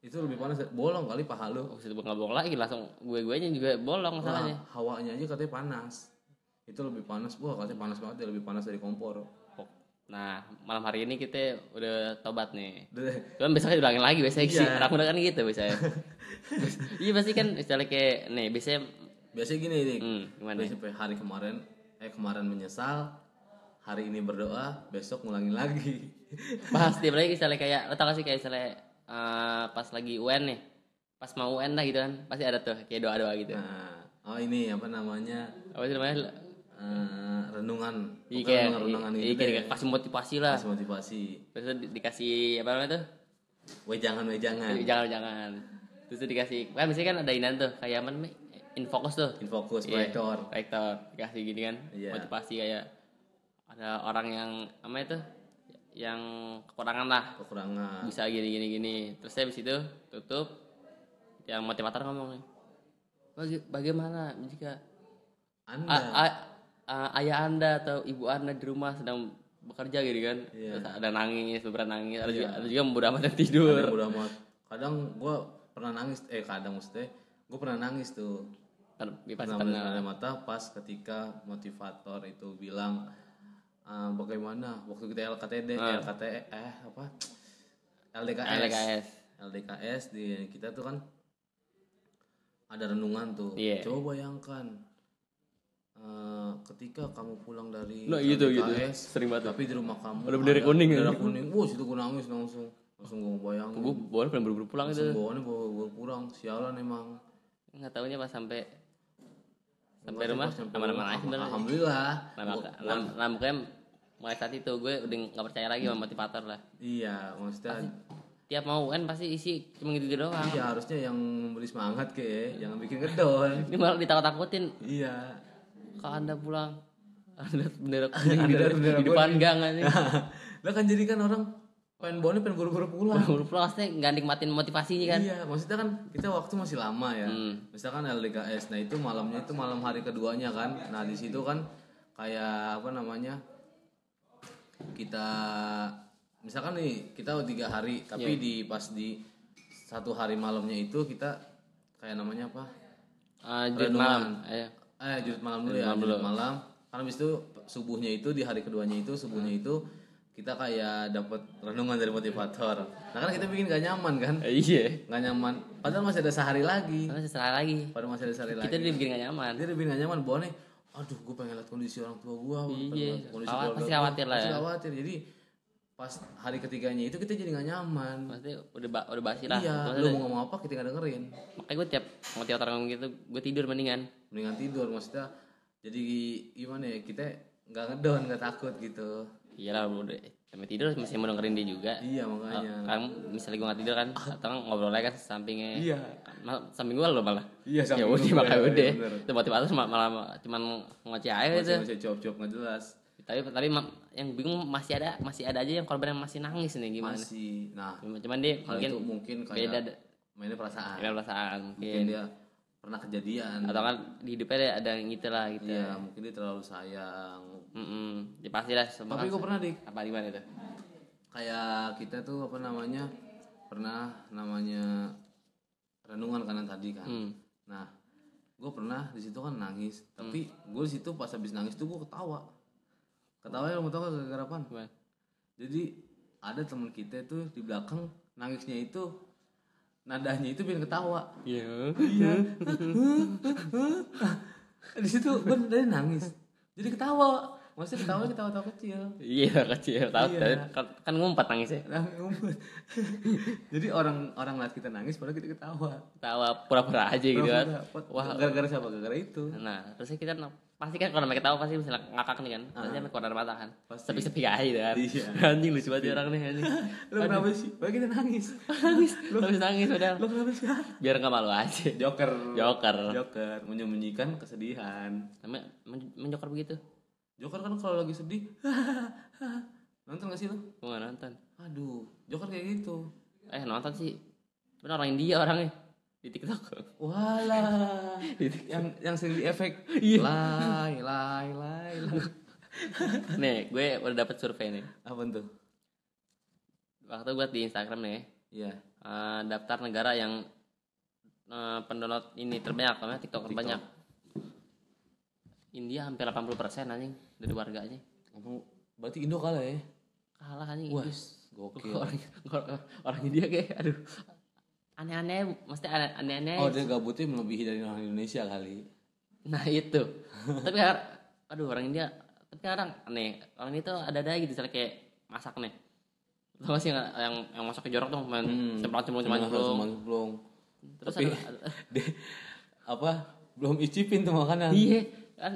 Itu lebih panas bolong kali paha lu.
Oh, situ nggak bohong lagi langsung gue-guenya juga
Wah,
bolong masalahnya.
Nah, hawanya aja katanya panas. Itu lebih panas. Wah, katanya panas banget ya, lebih panas dari kompor.
Nah, malam hari ini kita udah tobat nih.
Udah-
Cuman besoknya diulangin lagi Kan biasanya sih.
Iya.
Anak muda kan gitu biasanya. iya pasti kan misalnya kayak nih biasanya
Biasanya gini, Dik.
hmm, gimana?
Biasanya pe- hari kemarin eh kemarin menyesal, hari ini berdoa, besok ngulangin lagi.
Pasti apalagi misalnya kayak lo tau gak sih kayak misalnya eh, pas lagi UN nih. Pas mau UN lah gitu kan. Pasti ada tuh kayak doa-doa gitu.
Nah, oh ini apa namanya?
Apa sih namanya?
eh, renungan.
Iya
Bukan
kayak
renungan-renungan
iya,
gitu
kayak
deh.
dikasih motivasi lah.
Kasih motivasi.
Terus tuh di- dikasih apa namanya tuh?
Wejangan-wejangan.
Iya. Jangan-jangan. Terus tuh dikasih kan biasanya kan ada inan tuh kayak apa namanya? Infokus tuh.
Infokus,
Iya,
proyektor.
proyektor dikasih gini kan
Iya.
motivasi kayak ada orang yang apa itu yang kekurangan lah
Kekurangan.
bisa gini gini gini terus saya habis itu tutup yang motivator ngomong nih "Baga- bagaimana jika
Anda.
a- a- a- ayah anda atau ibu anda di rumah sedang bekerja gitu kan
Iya.
terus ada nangis beberapa nangis ada,
Iya.
juga, ada juga bodo amat yang
Ada
tidur
yang bodo amat. Kadang gue pernah nangis, eh kadang maksudnya gue pernah nangis tuh
Ter- ya pasti
pernah
tenang.
menelan air mata pas ketika motivator itu bilang "Ah, bagaimana waktu kita LKTD
Ah.
LKT eh apa LDKS
LKS
LDKS di kita tuh kan ada renungan tuh
Iya.
coba bayangkan eh, ketika kamu pulang dari
Nah, gitu, gitu.
KKS,
Sering banget.
tapi di rumah kamu
Udah bendera
ada
kuning, ya?
bendera
anjing.
kuning wah situ gue nangis langsung langsung gue bayangin
gue boleh pengen buru-buru pulang itu
bawaannya bawa bawa pulang sialan emang
nggak tahunya pas sampai sampai
Pas
rumah
nyampe
aman-aman
rumah,
aja sebenarnya
alhamdulillah
Nah, maka- nah- nah, makanya mulai saat itu gue udah nggak percaya lagi sama motivator lah
iya maksudnya
tiap mau UN pasti isi cuma gitu doang
iya harusnya yang memberi semangat kayak jangan bikin gedon
ini malah ditakut-takutin
iya
kalau anda pulang ada bendera kuning di,
Ada bendera
di depan
kuning.
gang aja
lah kan jadi kan orang pengen bawaannya pengen buru-buru pulang
baru pulang pasti nggak nikmatin motivasinya kan
Iya, maksudnya kan kita waktu masih lama ya. Misalkan LDKS, nah itu malamnya itu malam hari keduanya kan. Nah di situ kan kayak apa namanya kita misalkan nih kita tiga hari, tapi di pas di satu hari malamnya itu kita kayak namanya apa?
Eh, jam malam ayo.
Eh jurut malam dulu ya, jurut malam. Karena habis itu subuhnya itu di hari keduanya itu subuhnya itu kita kayak dapat renungan dari motivator. Nah kan kita bikin gak nyaman kan?
Eh, iya
nggak nyaman padahal masih ada sehari lagi
terus setelah lagi
padahal masih ada sehari
kita
lagi
dibikin gak nyaman
dia lebih nggak nyaman bahwa nih aduh gue pengen lihat kondisi orang tua gue
Iya,
kondisi
khawat-
keluarga
pasti
gua."
khawatir lah
Pasti
ya.
khawatir jadi pas hari ketiganya itu kita jadi nggak nyaman
pasti udah ba- udah basi lah
iya
Maksudnya
lu mau ngomong apa kita nggak dengerin
makanya gue tiap motivator ngomong gitu gue tidur mendingan
mendingan tidur maksudnya jadi gimana ya kita nggak ngedown nggak takut gitu
iyalah udah sampai tidur masih mau dengerin dia juga
iya makanya
kan misalnya gue gak tidur kan atau nggak ngobrol lagi kan sampingnya
iya
Mal- samping gue lo malah
Iya,
ya
samping
udah
gua,
makanya
iya,
udah
bener.
itu motivator cuma- malah cuman ngoceh aja gitu
masih masih jawab-jawab nggak jelas
tapi tapi ma- yang bingung masih ada masih ada aja yang korban yang masih nangis nih gimana
masih nah
Cuma- cuman dia
hal
mungkin
itu mungkin
beda
kayak
d-
mainnya perasaan
beda perasaan mungkin
mungkin dia pernah kejadian
atau kan di hidupnya ada- ada yang gitu lah gitu
Iya, mungkin dia terlalu sayang.
Mm-mm. ya pasti lah semua
Tapi gue pernah di
apa gimana itu
kayak kita tuh apa namanya pernah namanya renungan kanan tadi kan.
Hmm.
Nah, gue pernah di situ kan nangis. Tapi
Hmm.
gue di situ pas habis nangis tuh gue ketawa. Ketawanya lo mau tau gak gara-gara apaan?
Gimana?
Jadi ada teman kita itu di belakang nangisnya itu nadanya itu biar ketawa.
iya
Iya. Di situ gue dari nangis. Jadi ketawa. Maksudnya ketawa ketawa-tawa kecil.
iya kecil tahu
Iya.
kan, kan ngumpet nangisnya
Nah, ngumpet. Jadi orang orang lihat kita nangis padahal kita ketawa.
tawa pura-pura aja gitu kan
Iya Wah, gara-gara siapa? Gara-gara itu.
nah terusnya kita na- pasti kan kalau mereka tahu pasti bisa ngakak nih kan pasti sampai keluar air mata kan
Ah. Pasti.
sepi sepi aja gitu kan
Iya.
anjing lucu banget orang nih anjing
Lu kenapa sih? Padahal kita nangis.
nangis habis nangis padahal
Lu Iya. kenapa sih?
biar nggak malu aja
Joker.
joker
Joker menyembunyikan kesedihan.
namanya men- menjoker begitu
Joker kan kalau lagi sedih. Nonton gak sih lu?
gua nggak nonton
Aduh, Joker kayak gitu.
eh nonton sih benar orang India orangnya di TikTok
Walah. yang yang sering di efek. Lai, lai, lai, lai.
nih gue udah dapet survei nih
Apa tuh?
waktu gue di Instagram nih
Iya.
eh, daftar negara yang eh, pendownload ini terbanyak namanya TikTok terbanyak India hampir 80 persen anjing dari warganya
Ngomong- Berarti Indo kalah ya?
kalah anjing
Wah,
Inggris.
gokil.
orang, orang- orang India kayak aduh aneh-aneh mesti aneh-aneh
Oh dia gabutnya melebihi dari orang Indonesia kali.
nah itu tapi har- aduh orang India tapi kadang aneh orang itu ada-ada gitu misalnya kayak masak nih tau gak sih yang yang, yang masak ke jorok tuh main
Hmm.
cemplung cemplung cemplung cemplung.
belum.
terus
Tapi-
ada- ada-
Dia apa? Belum icipin tuh makanan.
Iya kan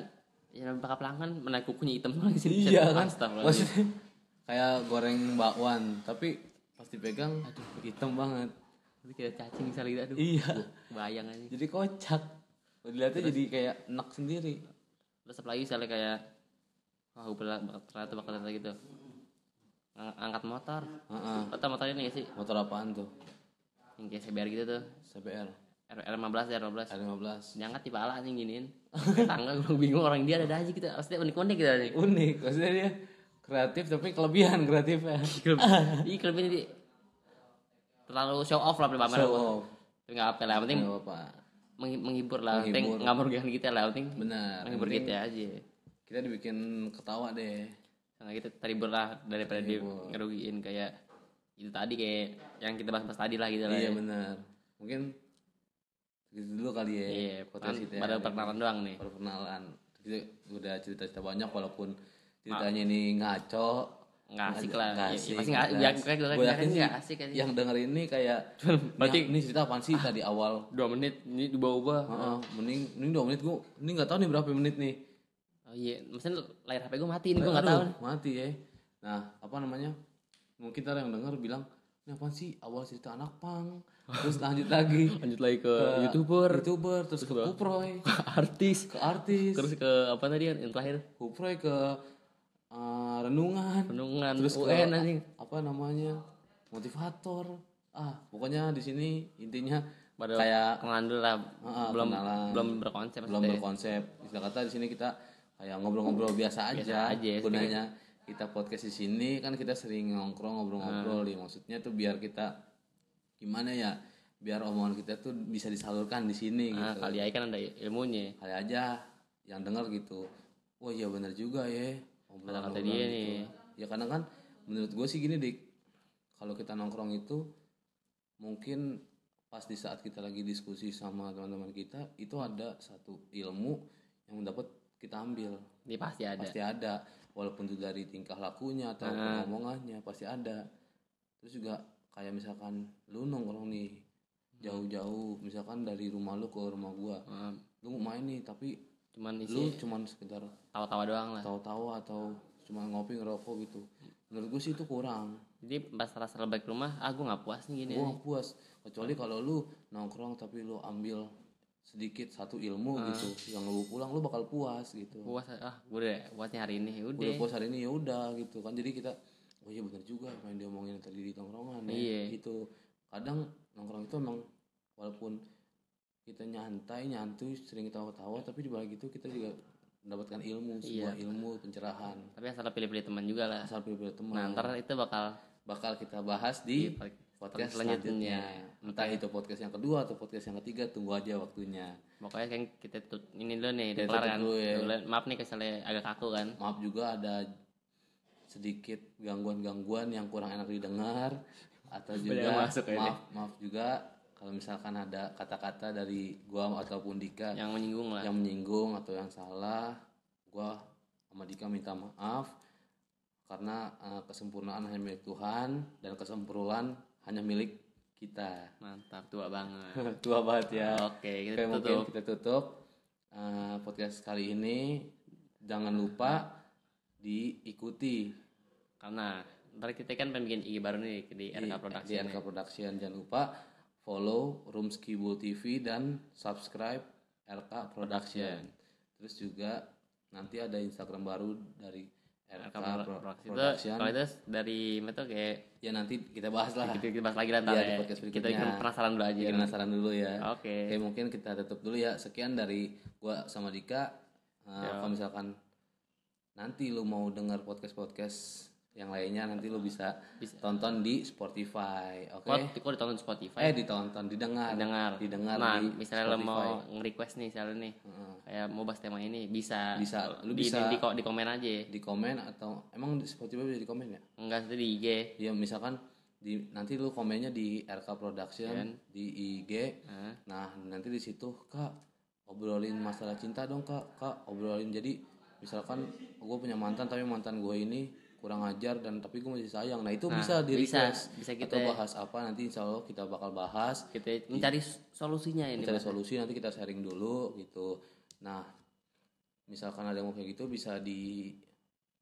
ya namanya bakal pelanggan menaik kukunya hitam lagi sih.
Iya kan?
Astagfirullahaladzim.
Maksudnya kayak goreng bakwan, tapi pasti pegang aduh hitam banget.
Tapi kayak cacing misalnya gitu aduh.
Iya.
Bayang aja.
Jadi kocak. Dilihatnya jadi kayak enak sendiri.
Terus apalagi misalnya kayak wah gue pernah bakal- ternyata bakal ternyata gitu. Ang- Angkat motor.
Heeh.
Lo tau motornya nih gak sih?
Motor apaan tuh?
Yang kayak CBR gitu tuh.
CBR
R- R15 ya R15.
R15.
Diangkat di pala anjing giniin. Kayak tangga gue bingung orang dia ada aja gitu. Pasti unik-unik gitu anjing.
Unik, maksudnya dia kreatif tapi kelebihan kreatifnya.
Ih kelebihan jadi terlalu show off lah pamer.
Show off.
Tapi nggak apa-apa lah. Yang penting
Nggak apa-apa.
Menghi- menghibur lah, penting
Menghibur.
nggak merugikan kita lah, penting
Benar.
menghibur kita aja.
Kita dibikin ketawa deh.
Karena kita gitu, terhibur lah daripada dia ngerugiin kayak itu tadi kayak yang kita bahas-bahas tadi lah gitu lah.
Iya
ya.
benar. Mungkin gitu dulu kali ya.
Iya,
podcast kita ya.
pada Iya, kan perkenalan doang nih.
Baru perkenalan. Itu udah cerita-cerita banyak walaupun ceritanya
Ah.
ini ngaco.
Nggak asik lah.
Nggak
Iya,
asik,
pasti nggak-
nggak
ya,
asik.
kayak gue
Gua
kemarin
yakin sih ya,
nggak asik aja.
yang denger ini kayak
berarti-
"Ini- ini cerita apaan sih tadi awal
Dua menit ini dibawa-ubah.
Heeh, mending mending dua menit gua ini nggak tahu nih berapa menit nih
Oh iya, maksudnya layar HP gue mati nih gue nggak tahu.
Aduh, mati ya nah apa namanya mungkin ntar yang denger bilang ini apaan sih awal cerita anak pang terus lanjut lagi
Lanjut lagi ke
ke
youtuber,
youtuber terus ke kuproy
ke artis,
ke artis
terus ke apa tadi yang yang terakhir
kuproy ke eh, renungan
renungan E.
terus ke
UN Kan anjing.
apa namanya motivator ah pokoknya di sini intinya
Padahal
kayak
Pengandel lah,
Heeh,
belum
kenalan.
belum berkonsep
belum
maksudnya.
berkonsep istilah kata di sini kita kayak ngobrol-ngobrol biasa aja,
aja, ya,
gunanya kita podcast di sini kan kita sering nongkrong
Ah.
ngobrol-ngobrol nih maksudnya tuh biar kita gimana ya biar omongan kita tuh bisa disalurkan di sini
Nah,
gitu
kali aja kan ada ilmunya.
kali aja yang dengar gitu wah iya bener juga ya obrolan
Kata-kata dia nih.
ya karena kan menurut gue sih gini dik kalau kita nongkrong itu mungkin pas di saat kita lagi diskusi sama teman-teman kita itu ada satu ilmu yang dapat kita ambil
Ini pasti ada.
pasti ada walaupun itu dari tingkah lakunya atau
Nah.
omongannya pasti ada terus juga kayak misalkan lu nongkrong nih jauh-jauh misalkan dari rumah lu ke rumah gua
Heeh,
lu main nih tapi
Ah, cuman
lu
isi
cuman sekedar
tawa-tawa doang lah.
tawa-tawa atau cuma ngopi ngerokok gitu menurut gue sih itu kurang
Jadi pas rasa balik rumah, ah gue nggak puas nih gini.
gue puas kecuali kalau lu nongkrong tapi lu ambil sedikit satu ilmu
Ah.
gitu yang lu pulang lu bakal puas gitu
Puas ah gue udah puas nih hari ini, udah.
udah puas hari ini ya udah gitu kan jadi kita oh iya bener juga apa yang diomongin tadi di nongkrongan ya
Iya.
gitu kadang nongkrong itu emang walaupun kita nyantai nyantuy sering ketawa-tawa tapi di balik itu kita juga mendapatkan ilmu sebuah
Iya.
ilmu pencerahan
Tapi asal pilih-pilih teman juga lah.
asal pilih teman
Nah, ntar itu bakal
bakal kita bahas di
balik-
podcast Iya,
selanjutnya.
selanjutnya. Entah itu podcast yang kedua atau podcast yang ketiga, tunggu aja waktunya.
Pokoknya kan kita tut ini dulu nih,
Kita
udah kelar
tutup
kan.
dulu ya.
Udah, Maaf nih kesalnya agak kaku kan.
Maaf juga ada sedikit gangguan-gangguan yang kurang enak didengar atau juga
yang masuk ya
maaf maaf juga kalau misalkan ada kata-kata dari gua ataupun Dika
Yang menyinggung lah.
yang menyinggung atau yang salah, gua sama Dika minta maaf karena eh, kesempurnaan hanya milik Tuhan dan kesempurnaan hanya milik kita.
Mantap, tua banget.
Tua banget ya.
Oke, kita
Oke, mungkin
tutup.
kita tutup eh, podcast kali ini. Jangan lupa diikuti
Karena ntar kita kan pengen bikin IG baru nih di RK
Iya, di
Production. ya.
RK Production. Jangan lupa follow Roomski Bull TV dan subscribe RK Production. Terus juga nanti ada Instagram baru dari RK,
RK Pro-
Pro-
Production. Itu
Production.
kalau itu dari metode kayak
Ya nanti kita bahas lah.
kita, kita bahas lagi lah ntar
Iya,
ya.
di podcast
Kita
berikutnya.
bikin penasaran dulu aja. kan.
Bikin penasaran dulu ya.
Oke.
Oke mungkin kita tutup dulu ya sekian dari gua sama Dika. Uh, Kalau misalkan nanti lu mau dengar podcast podcast yang lainnya nanti lu bisa, tonton di Spotify, oke?
Kok kok ditonton
Eh
Spotify?
ditonton, didengar,
dengar.
didengar
Nah,
di
misalnya lo
Spotify.
mau nge-request nih misalnya nih. Kayak mau bahas tema ini bisa
Bisa, lu
di,
bisa.
di, di, ko- di komen aja.
di komen atau emang di Spotify bisa di komen ya?
Enggak sih di IG.
Iya misalkan di nanti lu komennya di RK Production
Iya.
di IG.
Heeh.
Nah, nanti di situ Kak obrolin masalah cinta dong Kak. Kak obrolin jadi misalkan gue punya mantan tapi mantan gue ini kurang ajar dan tapi gue masih sayang. Nah, itu bisa di
bisa. gitu ya.
request
Bisa
atau
kita-
bahas apa nanti insya Allah kita bakal bahas
Kita mencari solusinya ini.
cari solusi nanti kita sharing dulu gitu. Nah, misalkan ada yang mau kayak gitu bisa di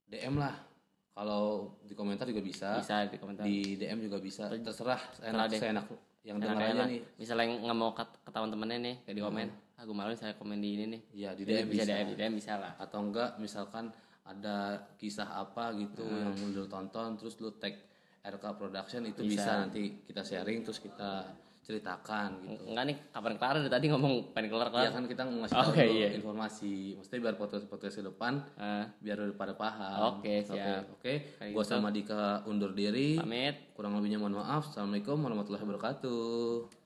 DM lah. Kalau di komentar juga
Bisa di komentar.
di DM juga bisa terserah enak
deh.
seenak yang
Nah,
dengar
kayak
aja
lah,
nih
misalnya yang nggak mau ket- ketahuan temennya nih kayak di komen aku malu misalnya komen di ini nih
ya di
Jadi
DM
Iya, bisa,
bisa,
DM di DM bisa lah
atau enggak misalkan ada kisah apa gitu
Hmm.
yang lu tonton terus lu tag RK Production itu bisa. nanti kita sharing terus kita ceritakan gitu
enggak nih kapan kelar dari tadi ngomong pengen kelar kelar
ya kan kita ngasih tahu
Oke,
dulu
iya.
informasi maksudnya biar podcast podcast ke depan
Ah,
biar udah pada paham
Oke, siap. gitu.
oke gua sama Dika undur diri
pamit
kurang lebihnya mohon maaf assalamualaikum warahmatullahi wabarakatuh